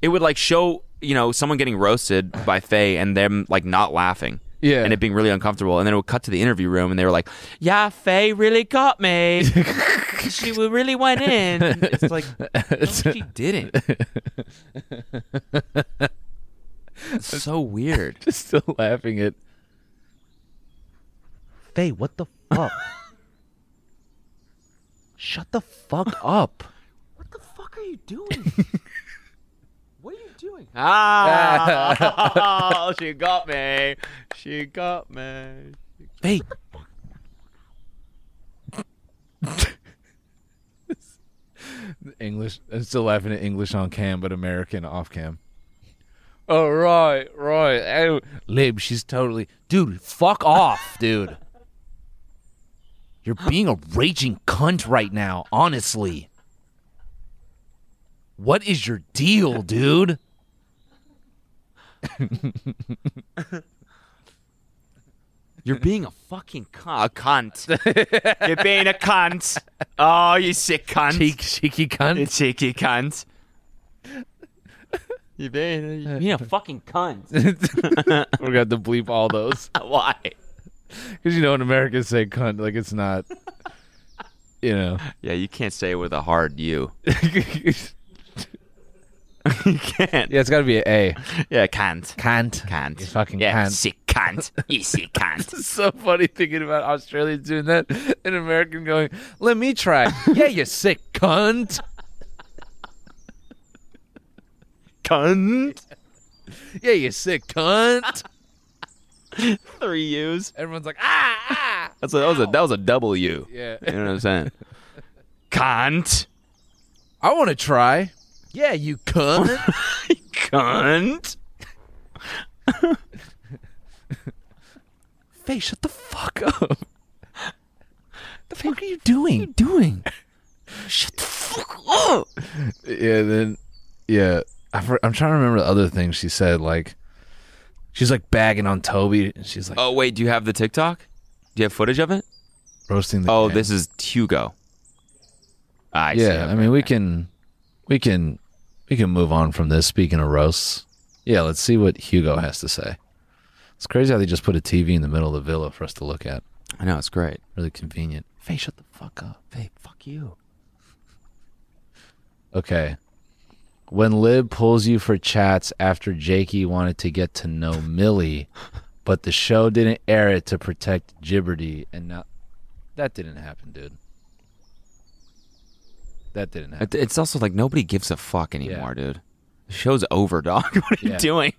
Speaker 3: it would like show you know someone getting roasted by Faye and them like not laughing.
Speaker 4: Yeah.
Speaker 3: and it being really uncomfortable, and then it would cut to the interview room, and they were like, "Yeah, Faye really got me. she really went in." And It's like, no, she didn't. It's so weird.
Speaker 4: Still laughing at
Speaker 5: Faye, what the fuck?
Speaker 4: shut the fuck up.
Speaker 5: what the fuck are you doing? what are you doing?
Speaker 2: Ah, she got me. She got me.
Speaker 5: Faye.
Speaker 4: English I'm still laughing at English on cam but American off cam. Oh right, right. Oh, Lib, she's totally dude, fuck off, dude.
Speaker 5: You're being a raging cunt right now, honestly. What is your deal, dude?
Speaker 3: You're being a fucking con- a cunt.
Speaker 2: You're being a cunt. Oh, you sick cunt.
Speaker 5: Cheek, cheeky cunt.
Speaker 2: You cheeky cunt. You're being.
Speaker 3: You're being a fucking cunt.
Speaker 4: We're gonna have to bleep all those.
Speaker 3: Why?
Speaker 4: Because you know in America say cunt, like it's not you know.
Speaker 3: Yeah, you can't say it with a hard U. you can't.
Speaker 4: yeah, it's gotta be an A.
Speaker 3: Yeah, can't.
Speaker 4: Can't.
Speaker 3: Can't.
Speaker 4: You fucking
Speaker 3: yeah,
Speaker 4: can't.
Speaker 3: sick can't. You sick can't.
Speaker 4: It's so funny thinking about Australians doing that and American going, let me try. yeah, you sick cunt.
Speaker 2: Cunt.
Speaker 4: Yeah, you sick cunt.
Speaker 2: Three U's.
Speaker 4: Everyone's like, ah, ah.
Speaker 3: That's a, that was a that was a W.
Speaker 4: Yeah.
Speaker 3: You know what I'm saying?
Speaker 2: Cunt.
Speaker 4: I want to try. Yeah, you cunt.
Speaker 2: Cunt.
Speaker 4: Faye, shut the fuck up. The fuck are you doing? What are you doing? shut the fuck up. Yeah, then, yeah. I for, I'm trying to remember the other thing she said. Like, she's like bagging on Toby. And she's like
Speaker 3: Oh wait, do you have the TikTok? Do you have footage of it?
Speaker 4: roasting the
Speaker 3: Oh,
Speaker 4: cat.
Speaker 3: this is Hugo. I see.
Speaker 4: yeah, I mean we can, we can, we can move on from this. Speaking of roasts, yeah, let's see what Hugo has to say. It's crazy how they just put a TV in the middle of the villa for us to look at.
Speaker 3: I know it's great.
Speaker 4: Really convenient. Faye, shut the fuck up.
Speaker 5: Faye, fuck you.
Speaker 4: Okay. When Lib pulls you for chats after Jakey wanted to get to know Millie, but the show didn't air it to protect Gibberty, and now that didn't happen, dude. That didn't happen.
Speaker 3: It- It's also like nobody gives a fuck anymore, dude. The show's over, dog. What are
Speaker 4: Yeah.
Speaker 3: you doing?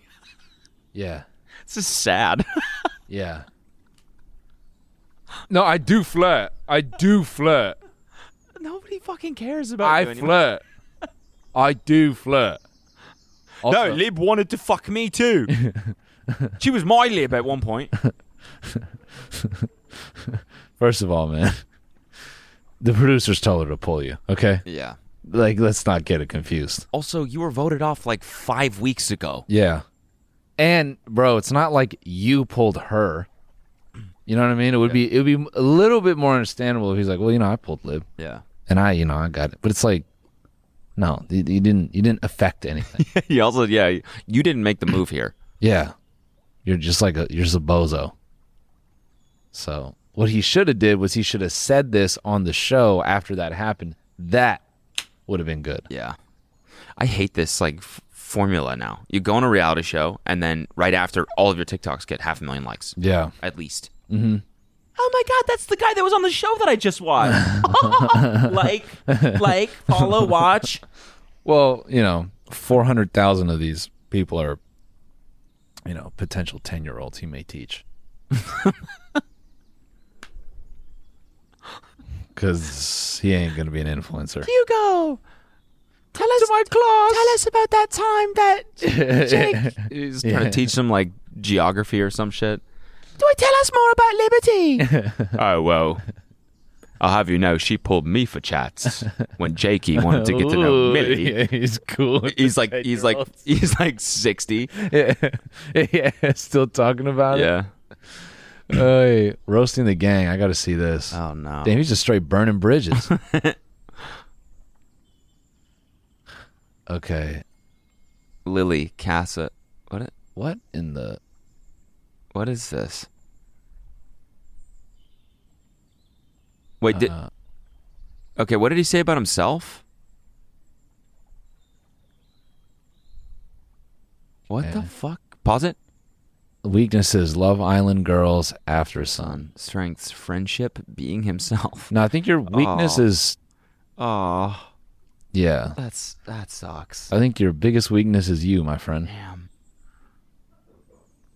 Speaker 4: Yeah.
Speaker 3: This is sad.
Speaker 4: Yeah. No, I do flirt. I do flirt.
Speaker 3: nobody
Speaker 2: Nobody fucking cares about you
Speaker 4: I
Speaker 2: anymore.
Speaker 4: flirt. I do flirt.
Speaker 2: No,
Speaker 4: Also-
Speaker 2: Lib wanted to fuck me too. she was my Lib at one point.
Speaker 4: First of all, man, the producers told her to pull you. Okay,
Speaker 3: Yeah.
Speaker 4: like let's not get it confused.
Speaker 3: Also, you were voted off like five weeks ago.
Speaker 4: Yeah, and bro, it's not like you pulled her. You know what I mean? It would be it would be a little bit more understandable if he's like, well, you know, I pulled Lib,
Speaker 3: Yeah.
Speaker 4: and I, you know, I got it. But it's like, no, you, you didn't. You didn't affect anything.
Speaker 3: you also, yeah, you didn't make the move here.
Speaker 4: yeah, you're just like a you're just a bozo. So what he should have did was he should have said this on the show after that happened. That would have been good.
Speaker 3: Yeah. I hate this like f- formula now. You go on a reality show, and then right after, all of your TikToks get half a million likes
Speaker 4: Yeah.
Speaker 3: at least.
Speaker 2: Oh my god, that's the guy that was on the show that I just watched. like, like, follow, watch.
Speaker 4: Well, you know, 400,000 of these people are, you know, potential 10 year olds he may teach. Because he ain't going to be an influencer.
Speaker 3: Hugo, tell us my class. Tell us about that time that He's trying to teach them like geography or some shit. Do I tell us more about liberty? oh well, I'll have you know she pulled me for chats when Jakey wanted to get to know Millie.
Speaker 4: Yeah, he's cool.
Speaker 3: He's like he's like he's like sixty.
Speaker 4: yeah. yeah, still talking about
Speaker 3: Yeah.
Speaker 4: it. Hey, roasting the gang. I got to see this.
Speaker 3: Oh no.
Speaker 4: Damn, he's just straight burning bridges. okay.
Speaker 3: Lily Casa. What?
Speaker 4: What in the
Speaker 3: What is this? Wait. Did, okay. What did he say about himself? What the fuck? Pause it.
Speaker 4: weaknesses love island girls after sun
Speaker 3: Son, strengths, friendship, being himself.
Speaker 4: no i think your weakness
Speaker 3: Aw.
Speaker 4: is
Speaker 3: Oh,
Speaker 4: yeah
Speaker 3: that's that sucks.
Speaker 4: i think your biggest weakness is you my friend
Speaker 3: Damn.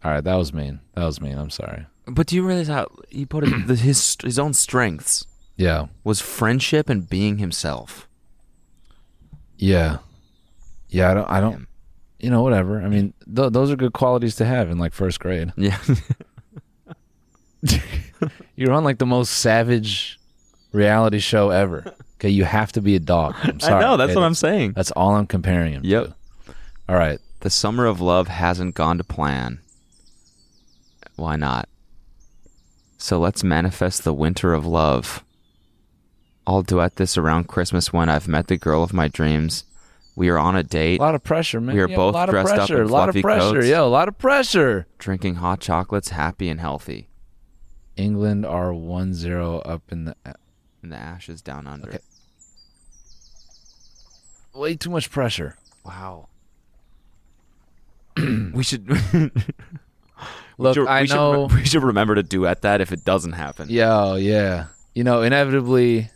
Speaker 4: all right that was mean that was mean i'm sorry
Speaker 3: But do you realize how he put it? the, his his own strengths
Speaker 4: yeah
Speaker 3: was friendship and being himself.
Speaker 4: yeah yeah i don't i don't
Speaker 3: Damn.
Speaker 4: you know whatever i mean th- those are good qualities to have in like first grade
Speaker 3: Yeah.
Speaker 4: you're on like the most savage reality show ever okay you have to be a dog i'm sorry okay?
Speaker 3: saying.
Speaker 4: that's all i'm comparing him
Speaker 3: uh, Yep.
Speaker 4: to. all right
Speaker 3: The summer of love hasn't gone to plan. Why not? So let's manifest the winter of love. I'll duet this around Christmas when I've met the girl of my dreams. We are on a date,
Speaker 4: a lot of pressure man
Speaker 3: We are
Speaker 4: Yeah,
Speaker 3: both
Speaker 4: a lot
Speaker 3: dressed
Speaker 4: of
Speaker 3: up
Speaker 4: pressure
Speaker 3: in
Speaker 4: a lot
Speaker 3: fluffy
Speaker 4: of pressure
Speaker 3: coats.
Speaker 4: yeah a lot of pressure
Speaker 3: drinking hot chocolates, happy and healthy.
Speaker 4: England are 1-0 up in the
Speaker 3: And the ashes down under.
Speaker 4: Okay. way too much pressure.
Speaker 3: Wow. we should.
Speaker 4: Look,
Speaker 3: should-
Speaker 4: I
Speaker 3: we should
Speaker 4: know.
Speaker 3: re- we should remember to duet that if it doesn't happen.
Speaker 4: Yo, yeah. You know, inevitably.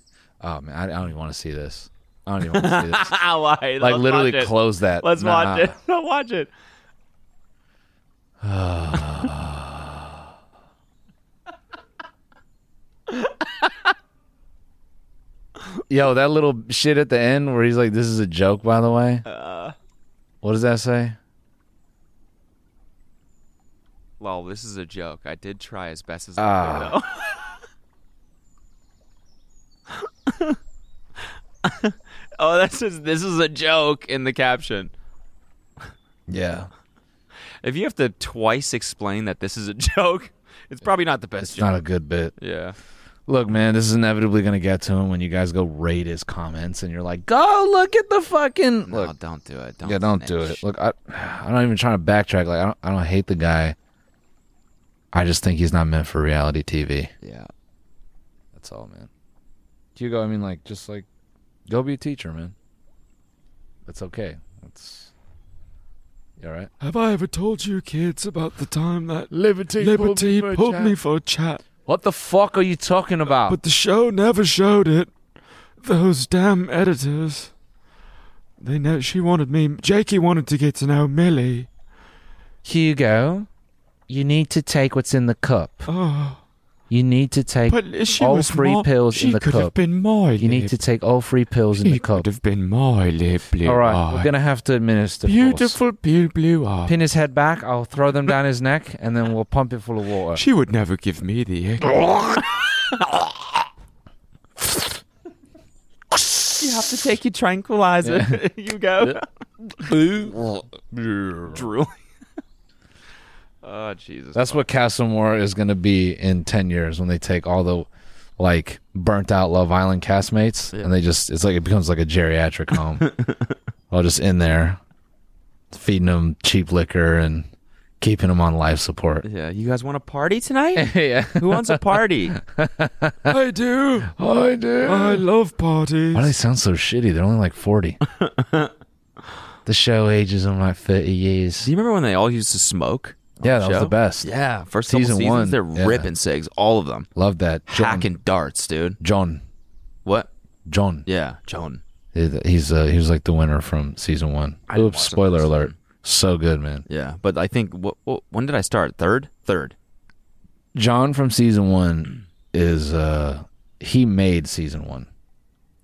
Speaker 4: Oh man, I, I don't even want to see this. I don't even want to see this.
Speaker 2: Why?
Speaker 4: Like literally close that.
Speaker 2: Let's
Speaker 4: Nah.
Speaker 2: watch it. Let's watch it.
Speaker 4: Yo, that little shit at the end where he's like, "This is a joke, by the way." what does that say?
Speaker 3: Lol, this is a joke. I did try as best as I could.
Speaker 4: Ah.
Speaker 3: though. Oh, this is this is a joke in the caption.
Speaker 4: Yeah,
Speaker 3: If you have to twice explain that this is a joke, it's probably not the best
Speaker 4: it's
Speaker 3: joke.
Speaker 4: not a good bit.
Speaker 3: yeah.
Speaker 4: Look, man, this is inevitably gonna get to him when you guys go raid his comments and you're like, "Go look at the fucking
Speaker 3: No,
Speaker 4: look."
Speaker 3: don't do it. Don't
Speaker 4: yeah, don't do
Speaker 3: snitch.
Speaker 4: it. Look, I, I'm not even trying to backtrack. Like, I don't, I don't hate the guy. I just think he's not meant for reality TV.
Speaker 3: Yeah.
Speaker 4: That's all, man. Hugo, I mean, like, just like, go be a teacher, man. That's okay. That's you all right.
Speaker 6: Have I ever told you kids about the time that
Speaker 4: Liberty,
Speaker 6: Liberty pulled me for a chat?
Speaker 4: What the fuck are you talking about?
Speaker 6: But the show never showed it. Those damn editors. They know she wanted me. Jakey wanted to get to know Millie.
Speaker 4: Hugo, you need to take what's in the cup.
Speaker 6: Oh,
Speaker 7: You need to take
Speaker 6: But if she
Speaker 7: all
Speaker 6: was
Speaker 7: three
Speaker 6: my-
Speaker 7: pills
Speaker 6: she
Speaker 7: in the
Speaker 6: could
Speaker 7: cup.
Speaker 6: have been my
Speaker 7: You need
Speaker 6: lip.
Speaker 7: to take all three pills in
Speaker 6: She
Speaker 7: the cup.
Speaker 6: could have been my lip, blue
Speaker 7: All right,
Speaker 6: eye.
Speaker 7: we're gonna have to administer. force.
Speaker 6: Beautiful blue, blue eye.
Speaker 7: Pin his head back. I'll throw them down his neck, and then we'll pump it full of water.
Speaker 6: She would never give me the ick.
Speaker 2: You have to take your tranquilizer. you go.
Speaker 3: Drooling. oh Jesus.
Speaker 4: That's what Castlemore is going to be in 10 years when they take all the like burnt out Love Island castmates and they just it's like it becomes like a geriatric home. all just in there feeding them cheap liquor and keeping them on life support.
Speaker 3: Yeah, you guys want to party?
Speaker 2: Party tonight?
Speaker 4: yeah.
Speaker 2: Who wants a party?
Speaker 6: I do.
Speaker 4: I do.
Speaker 6: I love parties.
Speaker 4: Why do they sound so shitty? They're only like 40. the show ages them like 30 years.
Speaker 3: Do you remember when they all used to smoke?
Speaker 4: Yeah, that was
Speaker 3: show?
Speaker 4: the best.
Speaker 3: Yeah, first couple
Speaker 4: Season
Speaker 3: seasons
Speaker 4: one,
Speaker 3: they're
Speaker 4: yeah.
Speaker 3: ripping cigs, all of them,
Speaker 4: Love that. John.
Speaker 3: hacking darts, dude.
Speaker 4: John.
Speaker 3: What?
Speaker 4: John.
Speaker 3: Yeah, Joan.
Speaker 4: He's uh, he was like the winner from season one.
Speaker 3: I didn't
Speaker 4: Oops,
Speaker 3: watch the
Speaker 4: spoiler
Speaker 3: first
Speaker 4: alert.
Speaker 3: one.
Speaker 4: So good, man.
Speaker 3: Yeah, but I think what, what when did I start? Third, third.
Speaker 4: John from season one is uh he made season one.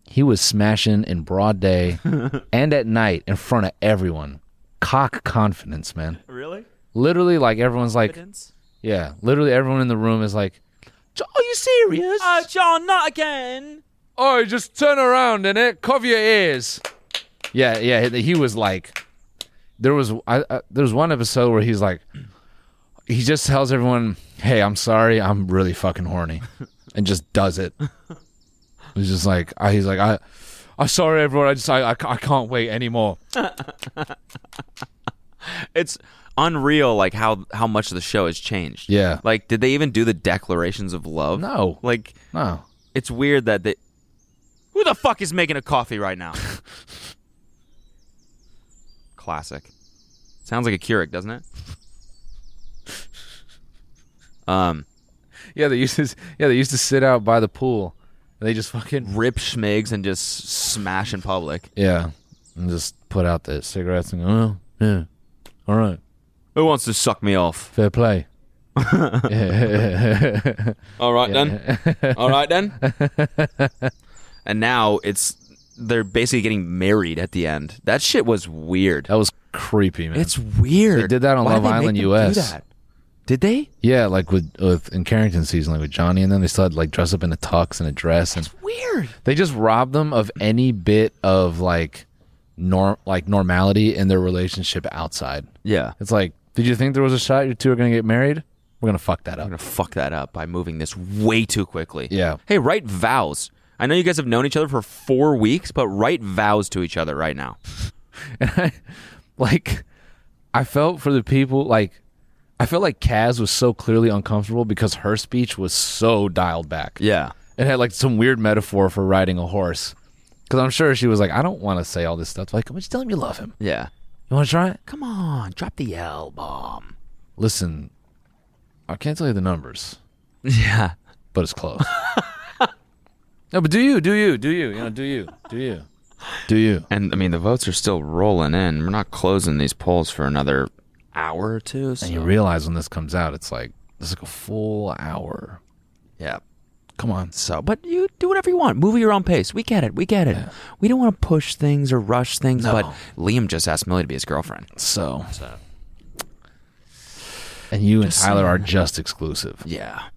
Speaker 4: He was smashing in broad day and at night in front of everyone. Cock confidence, man.
Speaker 2: really?
Speaker 4: Literally, like everyone's like, yeah. Literally, everyone in the room is like, "Jo- "Are you serious?"
Speaker 2: Oh, John, not again.
Speaker 4: oh, just turn around and it cover your ears. Yeah, yeah. He he was like, there was I, I, there was one episode where he's like, he just tells everyone, "Hey, I'm sorry, I'm really fucking horny," and just does it. He's just like, I, he's like, I, I'm sorry, everyone. I just, I, I, ca- I can't wait anymore.
Speaker 3: It's unreal, like how how much the show has changed.
Speaker 4: Yeah.
Speaker 3: Like, did they even do the declarations of love?
Speaker 4: No.
Speaker 3: Like,
Speaker 4: No,
Speaker 3: it's weird that they. Who the fuck is making a coffee right now? Classic. Sounds like a Keurig, doesn't it? Um,
Speaker 4: yeah, they used to, yeah, they used to sit out by the pool. And they just fucking,
Speaker 3: rip schmigs and just smash in public.
Speaker 4: yeah, and just put out the cigarettes and go, oh, yeah, all right.
Speaker 3: Who wants to suck me off?
Speaker 4: Fair play.
Speaker 3: All right then. All right then. and now it's they're basically getting married at the end. That shit was weird.
Speaker 4: That was creepy, man.
Speaker 3: It's weird.
Speaker 4: They did that on
Speaker 3: Why
Speaker 4: Love
Speaker 3: did they make
Speaker 4: Island
Speaker 3: them do
Speaker 4: US.
Speaker 3: that? Did they?
Speaker 4: yeah, like with, with in Carrington season, like with Johnny, and then they started like dress up in a tux and a dress, and
Speaker 3: Weird.
Speaker 4: they just robbed them of any bit of like norm, like normality in their relationship outside.
Speaker 3: Yeah.
Speaker 4: It's like, did you think there was a shot you two are gonna get married? We're gonna fuck that
Speaker 3: I'm
Speaker 4: up.
Speaker 3: gonna fuck that up by moving this way too quickly.
Speaker 4: Yeah.
Speaker 3: Hey, write vows. I know you guys have known each other for four weeks, but write vows to each other right now.
Speaker 4: Like, I felt for the people. Like, I felt like Kaz was so clearly uncomfortable because her speech was so dialed back.
Speaker 3: Yeah.
Speaker 4: It had like some weird metaphor for riding a horse. Because I'm sure she was like, I don't want to say all this stuff. Like, I'm just telling him you love him.
Speaker 3: Yeah.
Speaker 4: You want to try it?
Speaker 3: Come on, drop the L bomb.
Speaker 4: Listen, I can't tell you the numbers,
Speaker 3: Yeah.
Speaker 4: but it's close. no, but do you, do you, do you, you know, do you, do you, do you.
Speaker 3: And I mean, the votes are still rolling in. We're not closing these polls for another hour or two. So.
Speaker 4: And you realize when this comes out, it's like, it's like a full hour.
Speaker 3: yeah.
Speaker 4: Come on.
Speaker 3: So, Oh, but you do whatever you want. Move at your own pace. We get it. We get it. We don't want to push things or rush things. But Liam just asked Millie to be his girlfriend.
Speaker 4: So. And you and Tyler are just exclusive.
Speaker 3: Yeah.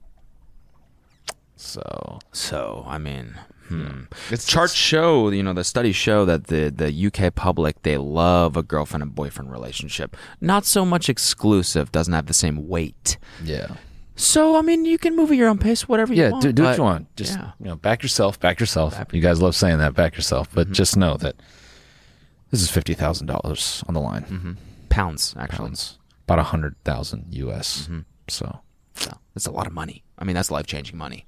Speaker 4: So.
Speaker 3: So, I mean, hmm.
Speaker 4: It's
Speaker 3: charts show, you know, the studies show that the, the UK public, they love a girlfriend and boyfriend relationship. Not so much exclusive, doesn't have the same weight.
Speaker 4: Yeah.
Speaker 3: So, I mean, you can move at your own pace, whatever you
Speaker 4: yeah,
Speaker 3: want.
Speaker 4: do, do what
Speaker 3: but-
Speaker 4: you want. Just
Speaker 3: yeah.
Speaker 4: you know, back yourself, back yourself. you guys love saying that, back yourself.
Speaker 3: Mm-hmm.
Speaker 4: But just know that this is fifty thousand dollars on the line.
Speaker 3: Mm-hmm. Pounds, actually.
Speaker 4: Pounds, about a hundred thousand US.
Speaker 3: Mm-hmm.
Speaker 4: So
Speaker 3: So that's a lot of money. I mean, that's life changing money.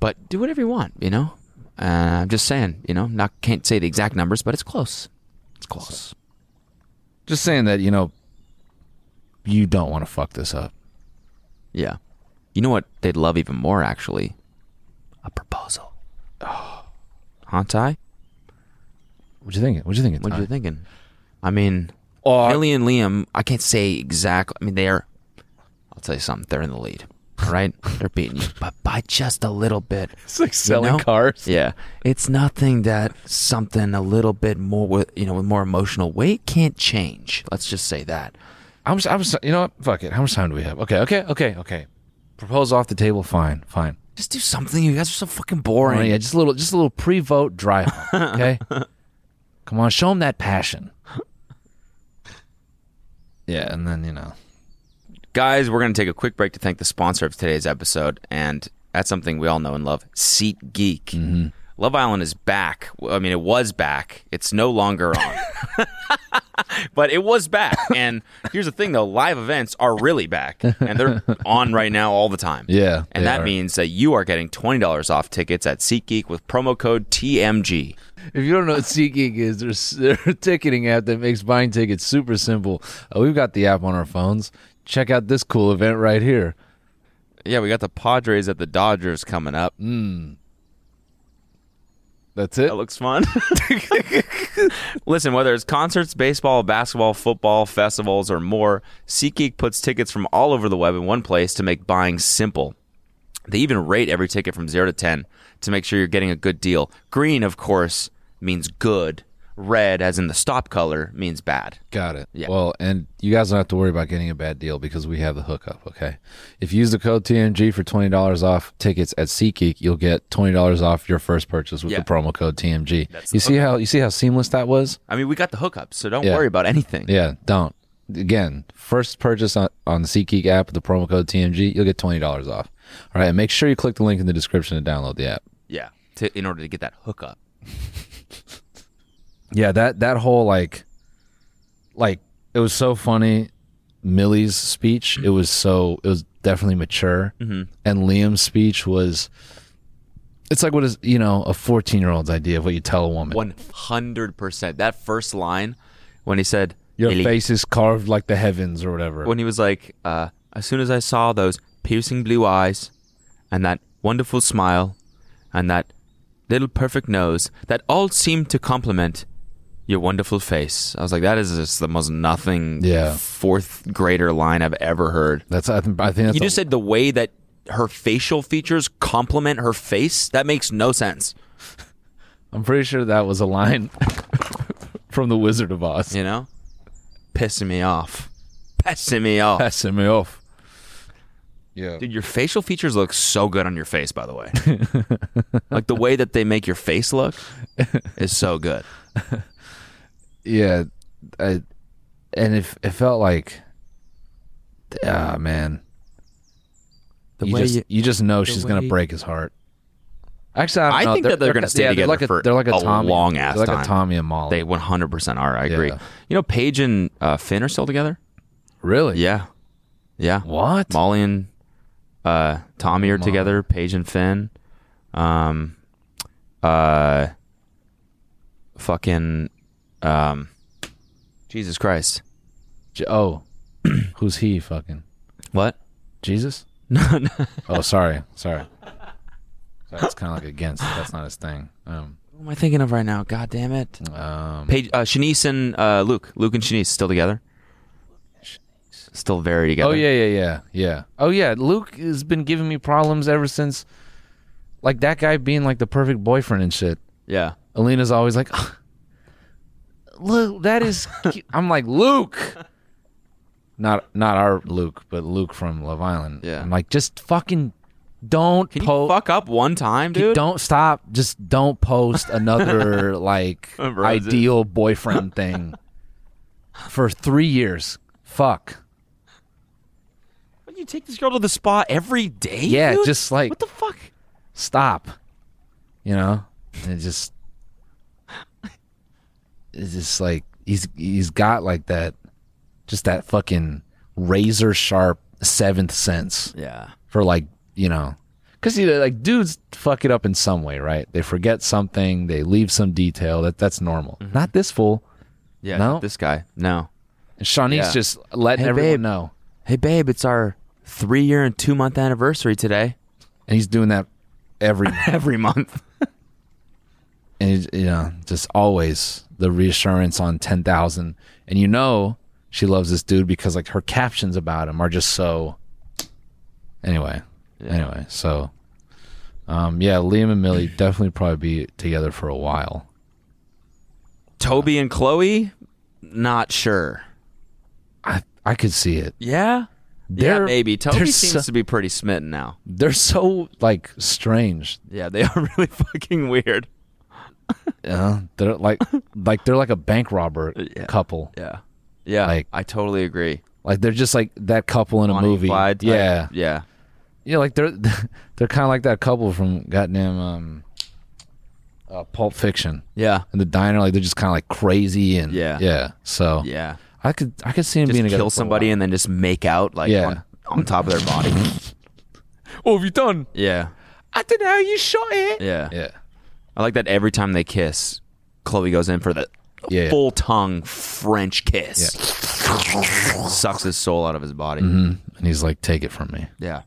Speaker 3: But do whatever you want, you know. Uh, I'm just saying, you know, not can't say the exact numbers, but it's close. It's close.
Speaker 4: just saying that you know, you don't want to fuck this up.
Speaker 3: Yeah. You know what they'd love even more, actually? A proposal. Oh. Huh, Ty?
Speaker 4: What do you think? What do you think?
Speaker 3: What are you
Speaker 4: think?
Speaker 3: thinking? I mean,
Speaker 4: Uh,
Speaker 3: Millie and Liam. I can't say exactly. I mean, they are. I'll tell you something. They're in the lead. all right? They're beating you, but by just a little bit.
Speaker 4: It's like selling
Speaker 3: know?
Speaker 4: cars.
Speaker 3: Yeah, it's nothing that something a little bit more with you know with more emotional weight can't change. Let's just say that.
Speaker 4: I'm, s- I'm, s- you know what? Fuck it. How much time do we have? Okay, okay, okay, okay. Propose off the table. Fine, fine.
Speaker 3: Just do something. You guys are so fucking
Speaker 4: All right,
Speaker 3: boring.
Speaker 4: Oh, yeah, just a little, just a little pre-vote dry hump, Okay. Come on, show him that passion. Yeah, and then you know,
Speaker 3: Guys, we're going to take a quick break to thank the sponsor of today's episode, and that's something we all know and love Seat Geek.
Speaker 4: Mm-hmm.
Speaker 3: Love Island is back. Well, I mean, it was back. It's no longer on. but it was back. And here's the thing, though live events are really back, and they're on right now all the time.
Speaker 4: Yeah,
Speaker 3: And
Speaker 4: they
Speaker 3: that
Speaker 4: are.
Speaker 3: means that you are getting $20 off tickets at SeatGeek with promo code TMG.
Speaker 4: if you don't know what SeatGeek is, there's there's a ticketing app that makes buying tickets super simple. Uh, we've got the app on our phones. Check out this cool event right here.
Speaker 3: Yeah, we got the Padres at the Dodgers coming up.
Speaker 4: That's it.
Speaker 3: That looks fun. Listen, whether it's concerts, baseball, basketball, football, festivals, or more, SeatGeek puts tickets from all over the web in one place to make buying simple. They even rate every ticket from 0 to 10 to make sure you're getting a good deal. Green, of course, means good. Red, as in the stop color, means bad.
Speaker 4: Got it.
Speaker 3: Yeah.
Speaker 4: Well, and you guys don't have to worry about getting a bad deal because we have the hookup. Okay. If you use the code TMG for twenty dollars off tickets at SeatGeek, you'll get twenty dollars off your first purchase with
Speaker 3: Yeah.
Speaker 4: the promo code TMG.
Speaker 3: That's
Speaker 4: you
Speaker 3: the
Speaker 4: see how you see how seamless that was?
Speaker 3: I mean, we got the hookup, so don't
Speaker 4: Yeah.
Speaker 3: worry about anything.
Speaker 4: Yeah. Don't. Again, first purchase on, on the SeatGeek app with the promo code TMG, you'll get twenty dollars off. All right. And make sure you click the link in the description to download the app.
Speaker 3: Yeah, to, in order to get that hookup.
Speaker 4: yeah that that whole like like it was so funny millie's speech it was so it was definitely mature
Speaker 3: Mm-hmm.
Speaker 4: and liam's speech was it's like what is you know a 14 year old's idea of what you tell a woman
Speaker 3: 100%. That first line when he said,
Speaker 4: your
Speaker 3: "Lily,
Speaker 4: face is carved like the heavens or whatever
Speaker 3: when he was like, uh, as soon as I saw those piercing blue eyes and that wonderful smile and that little perfect nose that all seemed to complement your wonderful face. I was like, that is just the most nothing
Speaker 4: Yeah.
Speaker 3: fourth grader line I've ever heard.
Speaker 4: that's i, think I think that's
Speaker 3: You
Speaker 4: a-
Speaker 3: just said the way that her facial features complement her face? That makes no sense.
Speaker 4: i'm pretty sure that was a line from the wizard of oz
Speaker 3: You know? Pissing me off. Pissing me off.
Speaker 4: passing me off yeah
Speaker 3: Dude, your facial features look so good on your face, by the way. like the way that they make your face look is so good.
Speaker 4: yeah I, and it, it felt like ah man
Speaker 3: The
Speaker 4: you
Speaker 3: way
Speaker 4: just,
Speaker 3: you-
Speaker 4: you, just know she's gonna
Speaker 3: way-
Speaker 4: break his heart. Actually, I, don't
Speaker 3: I
Speaker 4: know.
Speaker 3: think that they're gonna stay
Speaker 4: yeah, they're
Speaker 3: together
Speaker 4: like a,
Speaker 3: for
Speaker 4: they're like a,
Speaker 3: a
Speaker 4: Tommy,
Speaker 3: long
Speaker 4: they're
Speaker 3: ass
Speaker 4: like
Speaker 3: time.
Speaker 4: a Tommy and Molly.
Speaker 3: They 100% are. I agree.
Speaker 4: Yeah.
Speaker 3: You know, Paige and uh, Finn are still together?
Speaker 4: really?
Speaker 3: Yeah. Yeah.
Speaker 4: What?
Speaker 3: Molly and uh, Tommy are together. Paige and Finn. Um, uh, fucking, um, Jesus Christ.
Speaker 4: J- oh, who's he? Fucking
Speaker 3: What?
Speaker 4: Jesus? No, no. Oh, sorry, sorry. sorry it's kind of like against. it. That's not his thing. Um,
Speaker 3: Who am I thinking of right now? God damn it.
Speaker 4: um,
Speaker 3: Paige, uh, Shanice and uh, Luke. Luke and Shanice still together. Still very together.
Speaker 4: oh yeah, yeah, yeah, yeah.
Speaker 7: Oh yeah, Luke has been giving me problems ever since, like that guy being like the perfect boyfriend and shit.
Speaker 3: yeah.
Speaker 4: Alina's always like,
Speaker 7: Look, that is. cu- I'm like Luke.
Speaker 4: not not our Luke, but Luke from Love Island.
Speaker 3: Yeah.
Speaker 4: I'm like, just fucking don't
Speaker 3: Can you
Speaker 4: po-
Speaker 3: fuck up one time, dude?
Speaker 4: Don't stop. Just don't post another like
Speaker 3: Roses.
Speaker 4: ideal boyfriend thing for three years. Fuck.
Speaker 2: Why do you take this girl?
Speaker 3: go to the spa every day.
Speaker 4: Yeah, just like
Speaker 2: What the fuck?
Speaker 4: stop. You know, and it just it's just like he's he's got like that, just that fucking razor sharp seventh sense.
Speaker 3: Yeah.
Speaker 4: for like you know because you know, like dudes fuck it up in some way right they forget something they leave some detail that that's normal
Speaker 3: Mm-hmm.
Speaker 4: not this fool
Speaker 3: Yeah.
Speaker 4: No?
Speaker 3: This guy. No.
Speaker 4: and Shawnee's
Speaker 3: Yeah.
Speaker 4: just letting
Speaker 3: Hey,
Speaker 4: everyone
Speaker 3: babe.
Speaker 4: know
Speaker 3: Hey, babe, it's our three year and two month anniversary today.
Speaker 4: and he's doing that every night.
Speaker 3: Every month.
Speaker 4: and he's, you know just always the reassurance on 10,000 and you know she loves this dude because like her captions about him are just so Anyway, anyway, so um, yeah, Liam and Millie definitely probably be together for a while.
Speaker 3: Toby and Chloe, not sure.
Speaker 4: I I could see it.
Speaker 3: Yeah, yeah,
Speaker 4: They're-
Speaker 3: maybe. Toby
Speaker 4: they're
Speaker 3: seems
Speaker 4: so-
Speaker 3: to be pretty smitten now.
Speaker 4: They're so like strange.
Speaker 3: Yeah, they are really fucking weird.
Speaker 4: Uh, they're like like they're like a bank robber couple.
Speaker 3: Yeah, yeah,
Speaker 4: Like-
Speaker 3: I totally agree.
Speaker 4: Like they're just like that couple in a
Speaker 3: Bonnie and
Speaker 4: movie.
Speaker 3: Clyde type-
Speaker 4: yeah.
Speaker 3: yeah.
Speaker 4: Yeah, like they're they're kind of like that couple from goddamn um, uh, Pulp Fiction
Speaker 3: Yeah.
Speaker 4: and the diner. Like they're just kind of like crazy and
Speaker 3: Yeah.
Speaker 4: yeah. So
Speaker 3: Yeah.
Speaker 4: I could I could see him being
Speaker 3: Just
Speaker 4: together
Speaker 3: kill
Speaker 4: for a
Speaker 3: somebody
Speaker 4: while.
Speaker 3: and then just make out like
Speaker 4: Yeah. Mm-hmm.
Speaker 3: on, on top of their body.
Speaker 7: What have you done?
Speaker 3: yeah.
Speaker 7: I don't know. You shot it.
Speaker 3: Yeah.
Speaker 4: yeah,
Speaker 3: I like that every time they kiss, Chloe goes in for the
Speaker 4: Yeah, yeah.
Speaker 3: full tongue French kiss. Sucks his soul out of his body.
Speaker 4: and he's like, take it from me.
Speaker 3: Yeah.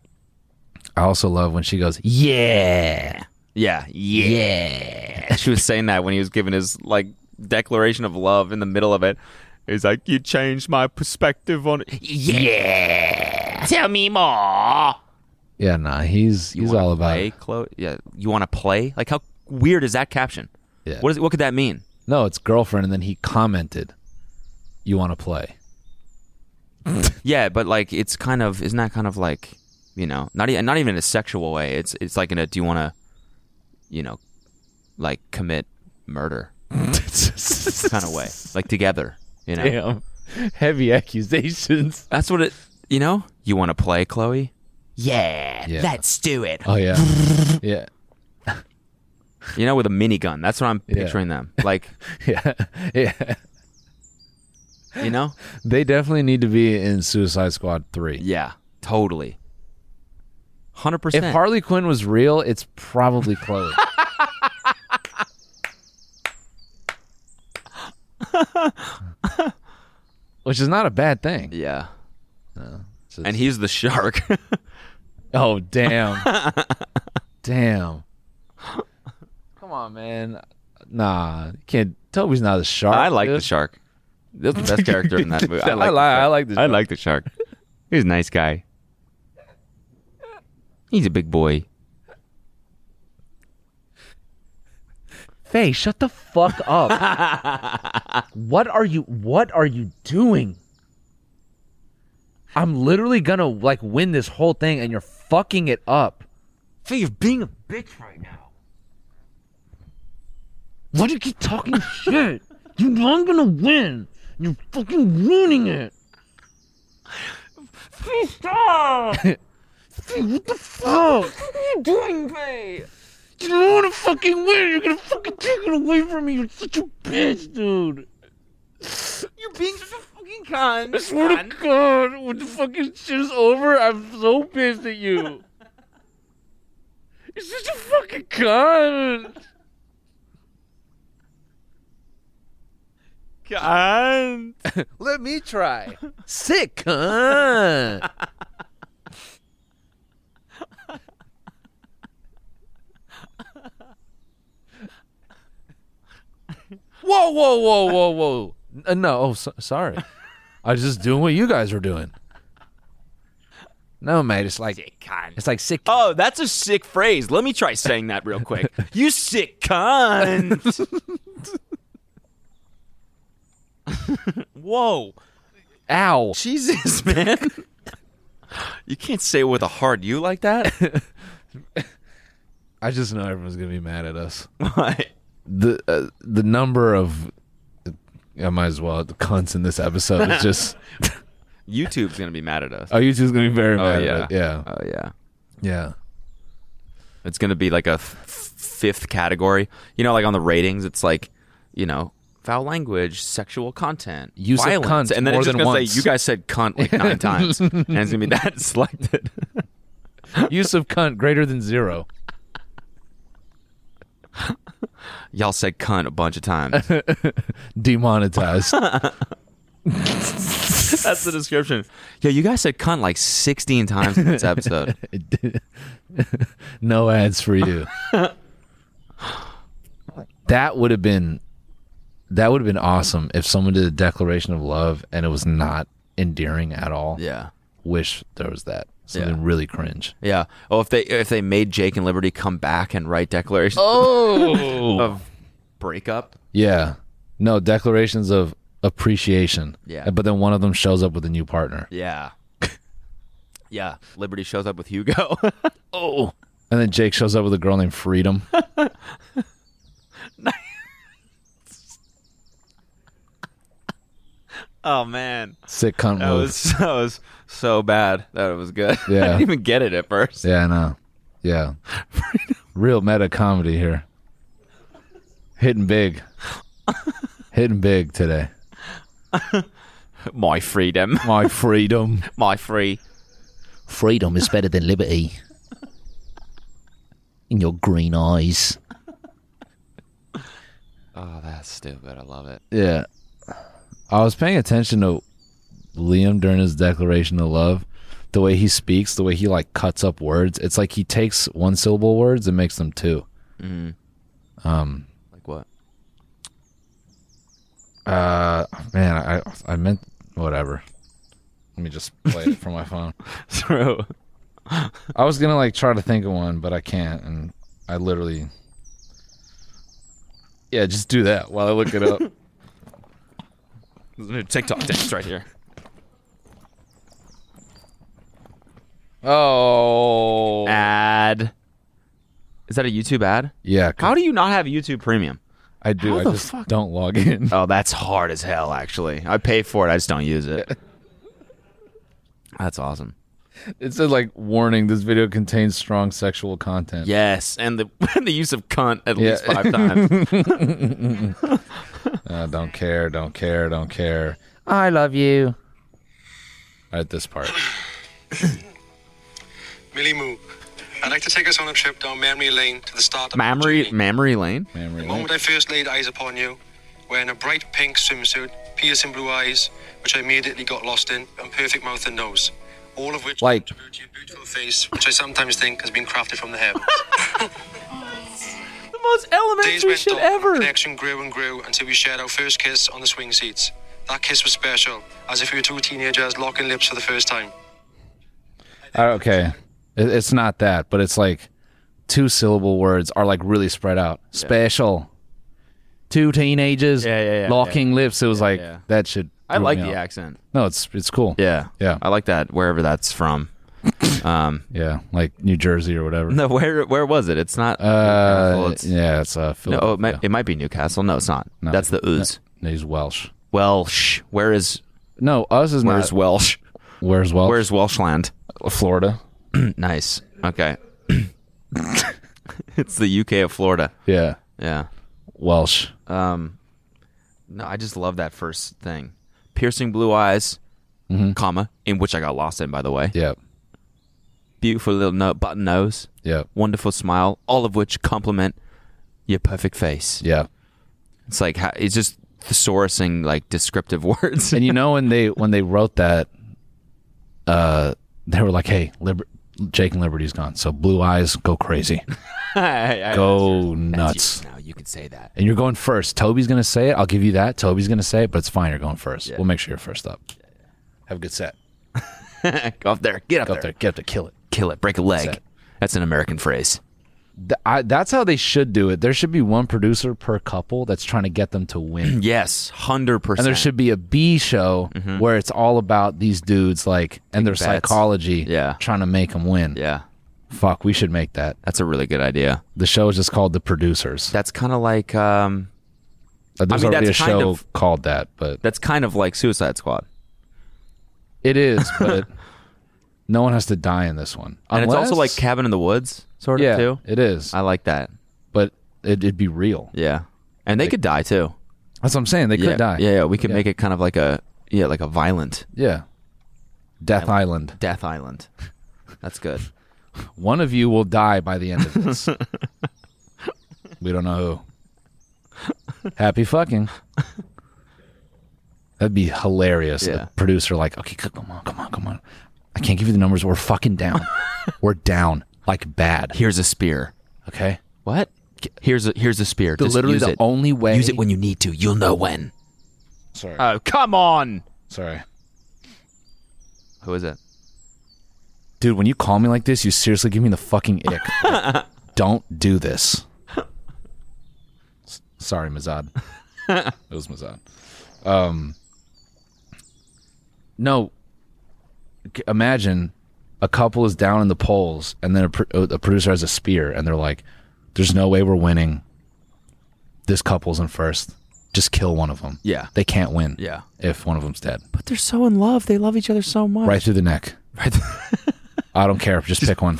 Speaker 4: I also love when she goes, yeah,
Speaker 3: Yeah. Yeah. she was saying that when he was giving his like declaration of love in the middle of it. He's like, You changed my perspective on it. Yeah. Tell me more.
Speaker 4: yeah. Nah, he's he's all about
Speaker 3: play, Chloe? Yeah. You wanna play? Like how weird is that caption?
Speaker 4: Yeah.
Speaker 3: What is what could that mean?
Speaker 4: no, it's girlfriend. And then he commented, you want to play?
Speaker 3: Yeah, but like it's kind of isn't that kind of like you know not even not even in a sexual way. It's it's like in a do you want to you know like commit murder kind of way like together you know
Speaker 7: Damn. Heavy accusations.
Speaker 3: that's what it you know you want to play Chloe
Speaker 4: Yeah, let's do it. Oh yeah, yeah,
Speaker 3: you know with a minigun that's what I'm picturing them like
Speaker 4: yeah, yeah.
Speaker 3: you know
Speaker 4: They definitely need to be in Suicide Squad three.
Speaker 3: yeah totally hundred
Speaker 4: If
Speaker 3: percent
Speaker 4: Harley Quinn was real, it's probably Chloe. Which is not a bad thing.
Speaker 3: yeah
Speaker 4: just-
Speaker 3: and he's the shark
Speaker 4: Oh damn. damn. Come on, man. Nah, you can't Toby's not a shark.
Speaker 3: I like
Speaker 4: dude.
Speaker 3: the shark that's the best character in that movie
Speaker 4: I like, I like the
Speaker 3: I
Speaker 4: shark.
Speaker 3: like the shark. He's a nice guy. He's a big boy.
Speaker 7: Faye, shut the fuck up. what are you what are you doing? I'm literally gonna like win this whole thing and you're fucking it up. Faye, you're being a bitch right now. Why do you keep talking shit? You know I'm gonna win. You're fucking ruining it. Faye, stop! Faye, what the fuck? What are you doing, Faye? You don't want to fucking win. You're gonna fucking take it away from me. You're such a bitch, dude.
Speaker 2: You're being such a fucking con.
Speaker 7: I swear to God, when the fucking shit is over, I'm so pissed at you. You're such a fucking cunt.
Speaker 2: Con.
Speaker 7: Let me try. Sick cunt.
Speaker 4: Whoa, whoa, whoa, whoa, whoa. Uh, no, oh, so- sorry. I was just doing what you guys were doing. No, mate, it's like it's like sick.
Speaker 3: Oh, that's a sick phrase. Let me try saying that real quick. you sick cunt. Whoa.
Speaker 4: Ow.
Speaker 3: Jesus, man. You can't say it with a hard U like that.
Speaker 4: I just know everyone's gonna be mad at us.
Speaker 3: Why?
Speaker 4: The uh, the number of I might as well the cunts in this episode is just
Speaker 3: YouTube's going to be mad at us.
Speaker 4: oh YouTube's gonna be very
Speaker 3: Oh,
Speaker 4: mad.
Speaker 3: yeah.
Speaker 4: At it. yeah,
Speaker 3: Oh, yeah.
Speaker 4: yeah.
Speaker 3: It's going to be like a f- fifth category. You know, like on the ratings, it's like, you know, foul language, sexual content,
Speaker 4: Use of
Speaker 3: violence,
Speaker 4: cunt
Speaker 3: and then
Speaker 4: more
Speaker 3: it's just
Speaker 4: than
Speaker 3: gonna
Speaker 4: once.
Speaker 3: say you guys said cunt like nine times, and it's gonna be that selected.
Speaker 4: Use of cunt greater than zero.
Speaker 3: Y'all said cunt a bunch of times.
Speaker 4: Demonetized.
Speaker 3: That's the description. Yeah, you guys said cunt like sixteen times in this episode.
Speaker 4: no ads for you. that would have been that would have been awesome if someone did a declaration of love and it was not endearing at all.
Speaker 3: yeah,
Speaker 4: Wish there was that. Something really cringe.
Speaker 3: Yeah. Oh, if they if they made Jake and Liberty come back and write declarations
Speaker 4: Oh.
Speaker 3: of breakup.
Speaker 4: Yeah. No, declarations of appreciation.
Speaker 3: Yeah.
Speaker 4: But then one of them shows up with a new partner.
Speaker 3: Yeah. yeah. Liberty shows up with Hugo.
Speaker 4: And then Jake shows up with a girl named Freedom.
Speaker 3: oh man,
Speaker 4: Sick cunt
Speaker 3: that
Speaker 4: move.
Speaker 3: was that was so bad that it was good. I
Speaker 4: Yeah.
Speaker 3: didn't even get it at first.
Speaker 4: Yeah, I know. Yeah. Real meta comedy here. Hitting big. Hitting big today.
Speaker 3: My freedom.
Speaker 4: My freedom.
Speaker 3: My free.
Speaker 5: Freedom is better than liberty. In your green eyes.
Speaker 3: Oh, that's stupid. I love it.
Speaker 4: Yeah. I was paying attention to Liam during his declaration of love. The way he speaks, the way he like cuts up words. It's like he takes one syllable words and makes them two.
Speaker 3: Like what?
Speaker 4: Uh man, I I meant whatever. Let me just play it from my phone.
Speaker 3: True.
Speaker 4: I was gonna like try to think of one, but I can't, and I literally. Yeah, just do that while I look it up.
Speaker 3: There's a new TikTok dance right here.
Speaker 4: oh.
Speaker 3: Ad. Is that a YouTube ad?
Speaker 4: Yeah.
Speaker 3: How do you not have YouTube Premium?
Speaker 4: I do? I just don't log in.
Speaker 3: Oh, that's hard as hell, actually. I pay for it, I just don't use it. that's awesome.
Speaker 4: It said like warning: this video contains strong sexual content.
Speaker 3: Yes, and the and the use of cunt at
Speaker 4: Yeah.
Speaker 3: least five times.
Speaker 4: Uh, don't care. Don't care. Don't care.
Speaker 5: I love you.
Speaker 4: At this part.
Speaker 8: Millie Moo, I'd like to take us on a trip down memory lane to the start of my
Speaker 3: Mammary
Speaker 8: journey.
Speaker 3: Mammary Lane.
Speaker 4: Man,
Speaker 8: The
Speaker 4: really?
Speaker 8: moment I first laid eyes upon you, wearing a bright pink swimsuit, piercing blue eyes, which I immediately got lost in, and perfect mouth and nose, all of which
Speaker 4: Like-
Speaker 8: contribute to your beautiful face, which I sometimes think has been crafted from the heavens.
Speaker 2: The most
Speaker 8: Days
Speaker 2: elementary
Speaker 8: went
Speaker 2: shit
Speaker 8: on,
Speaker 2: ever.
Speaker 8: connection grew and grew until we shared our first kiss on the swing seats. That kiss was special, as if we were two teenagers locking lips for the first time.
Speaker 4: Uh, okay, it, it's not that, but it's like two syllable words are like really spread out. Special. Two teenagers
Speaker 3: Yeah, yeah, yeah,
Speaker 4: locking lips. It was like
Speaker 3: yeah.
Speaker 4: that should.
Speaker 3: I like the
Speaker 4: act.
Speaker 3: accent.
Speaker 4: No, it's it's cool.
Speaker 3: Yeah.
Speaker 4: Yeah.
Speaker 3: I like that wherever that's from. um
Speaker 4: Yeah, like New Jersey or whatever.
Speaker 3: no, where where was it? It's not Newcastle,
Speaker 4: Uh,
Speaker 3: it's-
Speaker 4: yeah, it's uh, Phil.
Speaker 3: no, oh, it, might, it might be Newcastle. No, it's not. That's the ooze.
Speaker 4: He's Welsh.
Speaker 3: Welsh. Where is
Speaker 4: No, us is
Speaker 3: where's
Speaker 4: not.
Speaker 3: Welsh?
Speaker 4: Where's Welsh?
Speaker 3: Where's Welshland?
Speaker 4: Florida?
Speaker 3: Nice. Okay. it's the UK of Florida.
Speaker 4: Yeah,
Speaker 3: Yeah.
Speaker 4: Welsh.
Speaker 3: Um, no, I just love that first thing. Piercing blue eyes,
Speaker 4: Mm-hmm.
Speaker 3: comma, in which I got lost in, by the way.
Speaker 4: Yep,
Speaker 3: Beautiful little no- button nose,
Speaker 4: yep,
Speaker 3: wonderful smile, all of which compliment your perfect face.
Speaker 4: yeah.
Speaker 3: It's like, ha- it's just thesaurusing like descriptive words.
Speaker 4: And you know when they when they wrote that, uh, they were like, "Hey, Liber- Jake and Liberty's gone, so Blue Eyes go crazy, go nuts."
Speaker 3: now you can say that.
Speaker 4: And you're going first. Toby's gonna say it. I'll give you that. Toby's gonna say it, but it's fine. You're going first. We'll make sure you're first up. Have a good set.
Speaker 3: Go up there, get up,
Speaker 4: Go
Speaker 3: there.
Speaker 4: up there. Get up there. Kill it.
Speaker 3: kill it, break a leg.
Speaker 4: That's it.
Speaker 3: That's an American phrase.
Speaker 4: Th- I, that's how they should do it. There should be one producer per couple that's trying to get them to win.
Speaker 3: Yes, hundred
Speaker 4: And
Speaker 3: percent.
Speaker 4: there should be a B show where it's all about these dudes like and their
Speaker 3: Mm-hmm. bets.
Speaker 4: psychology
Speaker 3: Yeah.
Speaker 4: trying to make them win.
Speaker 3: yeah,
Speaker 4: Fuck, we should make that.
Speaker 3: that's a really good idea.
Speaker 4: The show is just called The Producers.
Speaker 3: That's kind of like um,
Speaker 4: Uh, There's
Speaker 3: I mean,
Speaker 4: already a
Speaker 3: that's kind
Speaker 4: show
Speaker 3: of-
Speaker 4: called that, but
Speaker 3: that's kind of like Suicide Squad.
Speaker 4: it is, but no one has to die in this one.
Speaker 3: And it's also like
Speaker 4: Unless-
Speaker 3: Cabin in the Woods, sort of
Speaker 4: yeah,
Speaker 3: too. Uh,
Speaker 4: it is.
Speaker 3: I like that.
Speaker 4: but it, it'd be real.
Speaker 3: Yeah, and they could die too.
Speaker 4: That's what I'm saying. They
Speaker 3: yeah.
Speaker 4: could die.
Speaker 3: Yeah, yeah. We could make it kind of like a yeah, like a violent
Speaker 4: Yeah. Death Island.
Speaker 3: Death Island. That's good.
Speaker 4: One of you will die by the end of this. we don't know who. Happy fucking. That'd be hilarious.
Speaker 3: Yeah.
Speaker 4: The producer, like, okay, c- come on, come on, come on. I can't give you the numbers. We're fucking down. We're down, like bad.
Speaker 3: Here's a spear.
Speaker 4: Okay.
Speaker 3: What? Here's a here's a spear.
Speaker 4: The,
Speaker 3: Just
Speaker 4: literally
Speaker 3: use
Speaker 4: the
Speaker 3: it.
Speaker 4: only way.
Speaker 3: use it when you need to. You'll know when.
Speaker 4: Sorry.
Speaker 3: Oh come on.
Speaker 4: Sorry.
Speaker 3: Who is it?
Speaker 4: dude, when you call me like this, you seriously give me the fucking ick. Like, don't do this. S- Sorry, Mazad. it was Mazad. Um, no. C- Imagine a couple is down in the polls, and then a, pr- a producer has a spear, and they're like, "There's no way we're winning. This couple's in first. Just kill one of them.
Speaker 3: Yeah.
Speaker 4: they can't win.
Speaker 3: Yeah.
Speaker 4: if one of them's dead,
Speaker 3: But they're so in love. They love each other so much.
Speaker 4: right through the neck.
Speaker 3: Right.
Speaker 4: I don't care. Just pick one.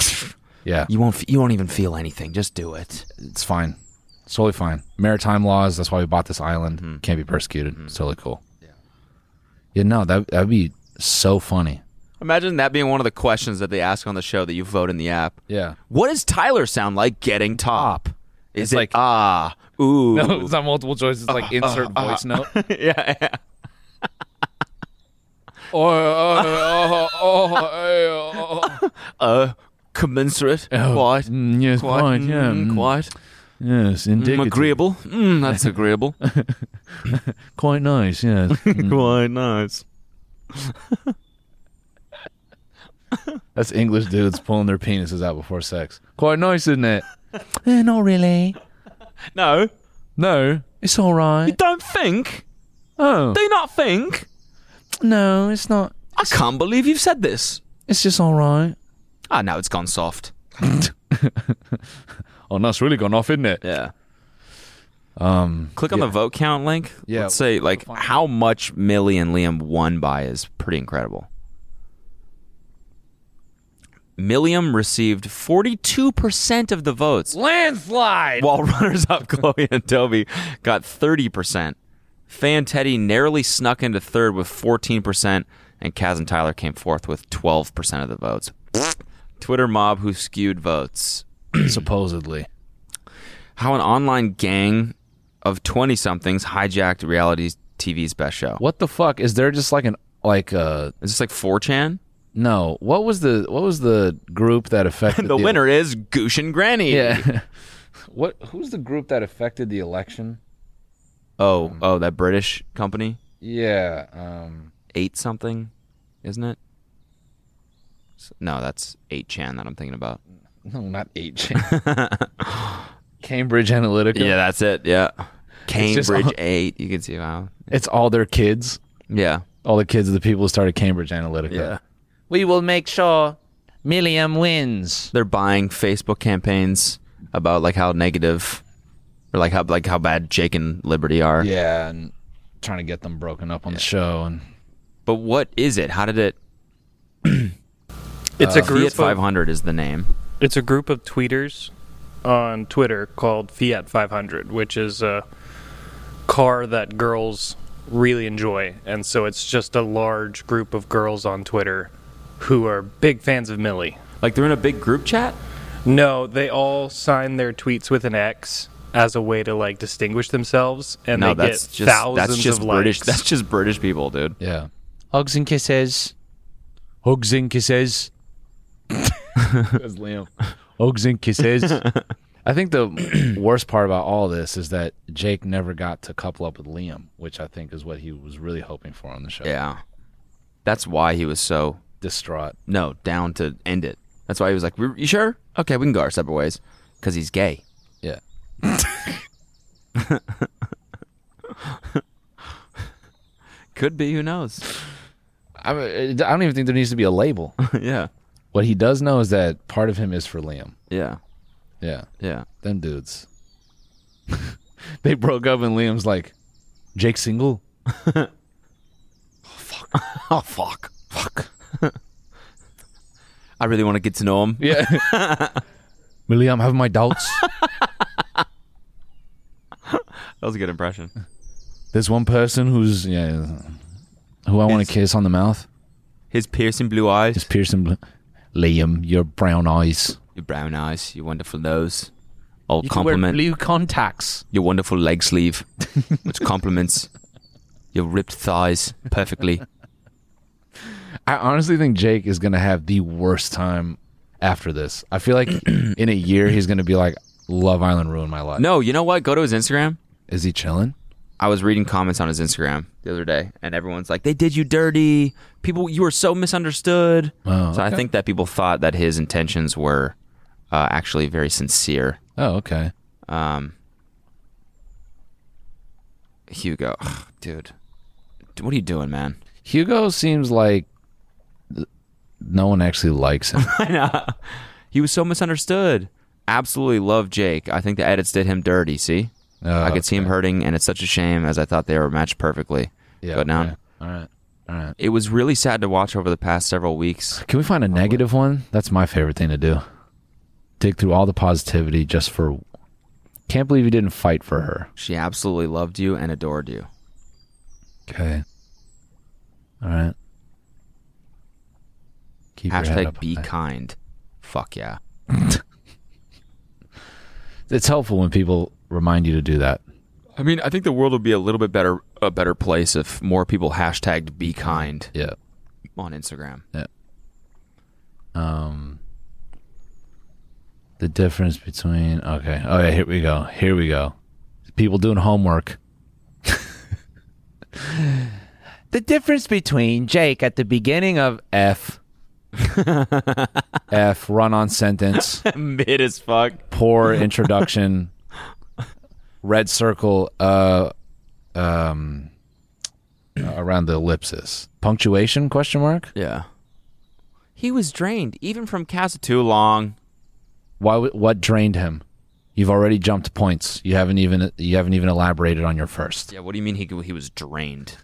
Speaker 4: Yeah,
Speaker 3: You won't. f- You won't even feel anything. Just do it.
Speaker 4: it's fine. It's totally fine. Maritime laws. That's why we bought this island. Can't be persecuted. It's totally cool. Mm-hmm. Yeah. Yeah. No, that that'd be so funny.
Speaker 3: Imagine that being one of the questions that they ask on the show that you vote in the app.
Speaker 4: Yeah.
Speaker 3: What does Tyler sound like getting top? Is
Speaker 4: It's
Speaker 3: it
Speaker 4: like-
Speaker 3: ah ooh?
Speaker 4: it's not multiple choice. It's like insert
Speaker 3: Uh,
Speaker 4: voice note.
Speaker 3: yeah, yeah.
Speaker 4: Or oh,
Speaker 3: Uh, commensurate.
Speaker 5: Oh,
Speaker 3: Quite.
Speaker 4: yes,
Speaker 3: Quite.
Speaker 4: quite, yeah,
Speaker 3: mm,
Speaker 4: mm.
Speaker 3: Quite.
Speaker 4: yes,
Speaker 3: Mm,
Speaker 4: indicative.
Speaker 3: agreeable. Mm, that's agreeable.
Speaker 4: Quite nice. Yes.
Speaker 5: mm.
Speaker 3: quite nice.
Speaker 4: That's English dudes pulling their penises out before sex. Quite nice, isn't it? eh, not really.
Speaker 2: No,
Speaker 4: No, it's all right.
Speaker 2: don't think.
Speaker 4: Oh,
Speaker 2: Do not think.
Speaker 4: no, it's not.
Speaker 3: I can't believe you've said this.
Speaker 4: It's just all right.
Speaker 3: Ah, now it's gone soft.
Speaker 4: Oh, no, it's really gone off, isn't it?
Speaker 3: Yeah.
Speaker 4: Um,
Speaker 3: Click on the vote count link.
Speaker 4: Yeah.
Speaker 3: Let's say like how much Millie and Liam won by is pretty incredible. Milliam received 42% of the votes,
Speaker 5: Landslide.
Speaker 3: while runners up Chloe and Toby got 30%. Faye and Teddy narrowly snuck into third with 14%, and Kaz and Tyler came fourth with 12% of the votes. Twitter mob who skewed votes
Speaker 4: supposedly.
Speaker 3: how an online gang of 20 somethings hijacked reality TV's best show.
Speaker 4: What the fuck is there? Just like an like uh
Speaker 3: Is this like 4chan?
Speaker 4: no. What was the what was the group that affected
Speaker 3: The winner is Goosh and Granny.
Speaker 4: Yeah. what? Who's the group that affected the election?
Speaker 3: Oh, oh, that British company?
Speaker 4: Yeah. Um.
Speaker 3: Eight something, isn't it? S- No, that's 8chan that I'm thinking about.
Speaker 4: No, not H. Cambridge Analytica.
Speaker 3: Yeah, that's it. Yeah.
Speaker 4: just
Speaker 3: Cambridge
Speaker 4: all-
Speaker 3: 8. You can see how.
Speaker 4: It's all their kids.
Speaker 3: Yeah.
Speaker 4: All the kids of the people who started Cambridge Analytica.
Speaker 3: Yeah.
Speaker 5: We will make sure Milliam wins.
Speaker 3: They're buying Facebook campaigns about like how negative or like how like how bad Jake and Liberty are.
Speaker 4: Yeah, and trying to get them broken up on the show and
Speaker 3: But what is it? How did it
Speaker 9: It's a group
Speaker 3: Uh, Fiat
Speaker 9: of-
Speaker 3: 500 is the name.
Speaker 9: It's a group of tweeters on Twitter called Fiat 500, which is a car that girls really enjoy. And so it's just a large group of girls on Twitter who are big fans of Millie.
Speaker 3: Like they're in a big group chat?
Speaker 9: No, they all sign their tweets with an X as a way to like distinguish themselves and
Speaker 3: No,
Speaker 9: they
Speaker 3: that's
Speaker 9: get
Speaker 3: just
Speaker 9: thousands
Speaker 3: that's just
Speaker 9: of
Speaker 3: British.
Speaker 9: likes.
Speaker 3: That's just British people, dude.
Speaker 4: yeah.
Speaker 5: Hugs and kisses. Hugs and kisses.
Speaker 4: That's Liam.
Speaker 5: Hugs and kisses.
Speaker 4: I think the worst part about all this is that Jake never got to couple up with Liam, which I think is what he was really hoping for on the show.
Speaker 3: Yeah. That's why he was so
Speaker 4: Distraught.
Speaker 3: no, down to end it. That's why he was like, "We- "You sure? Okay, we can go our separate ways." Cuz he's gay.
Speaker 4: Yeah.
Speaker 3: Could be, who knows.
Speaker 4: I, mean, I don't even think there needs to be a label.
Speaker 3: yeah.
Speaker 4: what he does know is that part of him is for Liam.
Speaker 3: Yeah.
Speaker 4: Yeah.
Speaker 3: Yeah.
Speaker 4: Them dudes. they broke up and Liam's like, Jake single?
Speaker 3: Oh fuck. Fuck. I really want to get to know him.
Speaker 4: Yeah. Millie, I'm having my doubts.
Speaker 3: That was a good impression.
Speaker 4: There's one person who's yeah, who I want to kiss on the mouth.
Speaker 3: His piercing blue eyes,
Speaker 4: It's Pearson. Bl- Liam, your brown eyes.
Speaker 3: your brown eyes, your wonderful nose. All
Speaker 5: You can wear
Speaker 3: compliment.
Speaker 5: blue contacts.
Speaker 3: your wonderful leg sleeve, which complements your ripped thighs perfectly.
Speaker 4: I honestly think Jake is gonna have the worst time after this. I feel like in a year he's gonna be like, "Love Island ruined my life."
Speaker 3: No, you know what? Go to his Instagram.
Speaker 4: Is he chilling?
Speaker 3: I was reading comments on his Instagram the other day, and everyone's like, "They did you dirty. People, you were so misunderstood."
Speaker 4: Oh,
Speaker 3: so I
Speaker 4: okay.
Speaker 3: think that people thought that his intentions were uh, actually very sincere.
Speaker 4: Oh, okay.
Speaker 3: Um, Hugo, ugh, dude, D- what are you doing, man?
Speaker 4: Hugo seems like th- no one actually likes him.
Speaker 3: I know. He was so misunderstood. Absolutely love Jake. I think the edits did him dirty. See,
Speaker 4: Oh,
Speaker 3: I could see him hurting, and it's such a shame as I thought they were matched perfectly.
Speaker 4: yeah,
Speaker 3: Go down.
Speaker 4: okay. All right. All right.
Speaker 3: It was really sad to watch over the past several weeks.
Speaker 4: Can we find a negative one? That's my favorite thing to do. Dig through all the positivity just for. Can't believe you didn't fight for her.
Speaker 3: She absolutely loved you and adored you.
Speaker 4: Okay. All right. Keep your head
Speaker 3: Hashtag
Speaker 4: up
Speaker 3: be
Speaker 4: high.
Speaker 3: kind. Fuck yeah.
Speaker 4: It's helpful when people remind you to do that.
Speaker 3: I mean, I think the world would be a little bit better a better place if more people hashtagged be kind
Speaker 4: Yeah.
Speaker 3: on Instagram.
Speaker 4: Um. The difference between okay, oh yeah, here we go, here we go. People doing homework. the difference between Jake at the beginning of F, F run on sentence,
Speaker 3: Mid as fuck.
Speaker 4: poor introduction, red circle, uh, um, around the ellipsis, punctuation question mark.
Speaker 3: Yeah. He was drained, even from Casa too long.
Speaker 4: why w- what drained him you've already jumped points you haven't even you haven't even elaborated on your first
Speaker 3: Yeah, what do you mean he he was drained?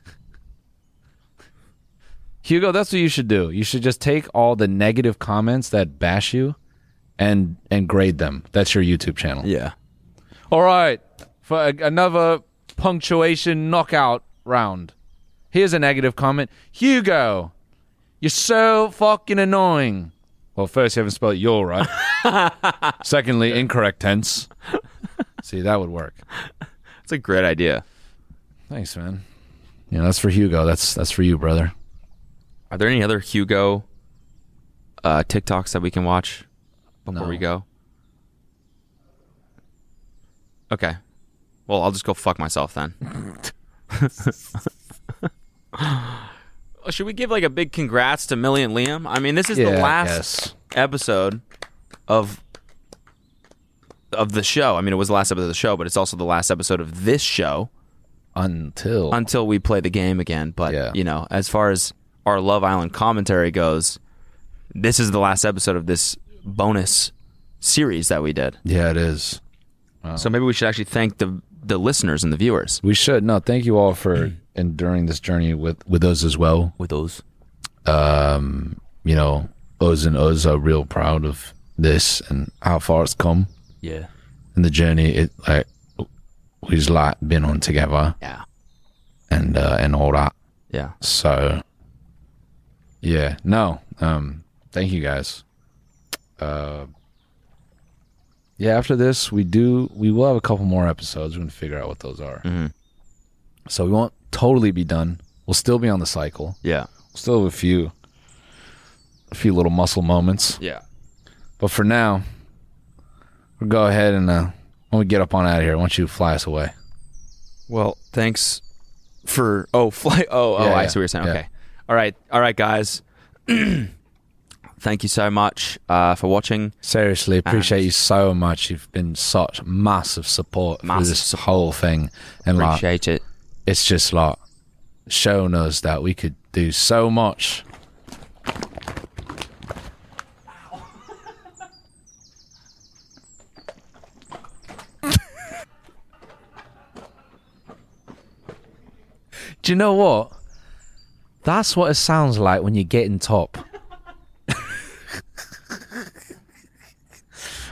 Speaker 4: hugo that's what you should do you should just take all the negative comments that bash you and and grade them that's your youtube channel
Speaker 3: Yeah.
Speaker 4: all right for a- another punctuation knockout round here's a negative comment hugo you're so fucking annoying well first you haven't spelled your right secondly incorrect tense see that would work
Speaker 3: That's a great idea.
Speaker 4: Thanks, man. Yeah, that's for Hugo. That's that's for you, brother.
Speaker 3: Are there any other Hugo uh, TikToks that we can watch before
Speaker 4: No.
Speaker 3: we go? Okay. Well, I'll just go fuck myself then. Oh, Should we give like a big congrats to Millie and Liam? I mean, this is the last
Speaker 4: yes.
Speaker 3: episode of of the show. I mean, it was the last episode of the show, but it's also the last episode of this show
Speaker 4: until
Speaker 3: until we play the game again. But
Speaker 4: Yeah.
Speaker 3: you know, as far as our Love Island commentary goes, this is the last episode of this bonus series that we did.
Speaker 4: yeah, it is.
Speaker 3: So maybe we should actually thank the the listeners and the viewers
Speaker 4: We should no. Thank you all for enduring this journey with with us as well.
Speaker 3: Mm.
Speaker 4: Um,
Speaker 3: with those.
Speaker 4: You know, us and us are real proud of this and how far it's come
Speaker 3: Yeah.
Speaker 4: and the journey. It like we've like been on together
Speaker 3: Yeah.
Speaker 4: and uh, and all that.
Speaker 3: Yeah.
Speaker 4: So yeah, no. Um thank you guys. Uh Yeah, after this we do we will have a couple more episodes. We're gonna figure out what those are. So we won't totally be done. We'll still be on the cycle.
Speaker 3: Yeah.
Speaker 4: We'll still have a few a few little muscle moments.
Speaker 3: Yeah.
Speaker 4: But for now, we'll go ahead and uh when we get up on out of here, why don't you fly us away?
Speaker 3: Well, thanks for oh fly oh oh
Speaker 4: Yeah,
Speaker 3: I
Speaker 4: yeah,
Speaker 3: see what you're saying.
Speaker 4: yeah.
Speaker 3: Okay. All right. All right, guys. Thank you so much uh, for watching.
Speaker 4: Seriously, appreciate you so much. You've been such massive support
Speaker 3: Massive
Speaker 4: through this whole thing, and like,
Speaker 3: Appreciate it.
Speaker 4: it's just like shown us that we could do so much. do you know what? That's what it sounds like when you're getting top.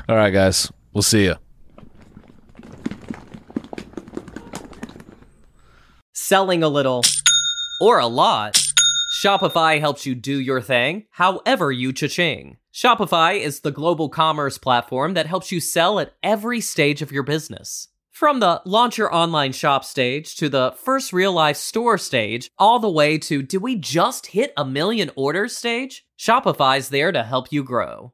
Speaker 4: All right, guys. We'll see you.
Speaker 1: selling a little or a lot. Shopify helps you do your thing, however you cha-ching. Shopify is the global commerce platform that helps you sell at every stage of your business. From the launch your online shop stage to the first real life store stage, all the way to did we just hit a million orders stage? Shopify's there to help you grow.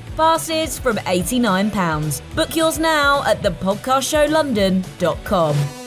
Speaker 10: Passes from £89. Book yours now at thepodcastshowlondon.com.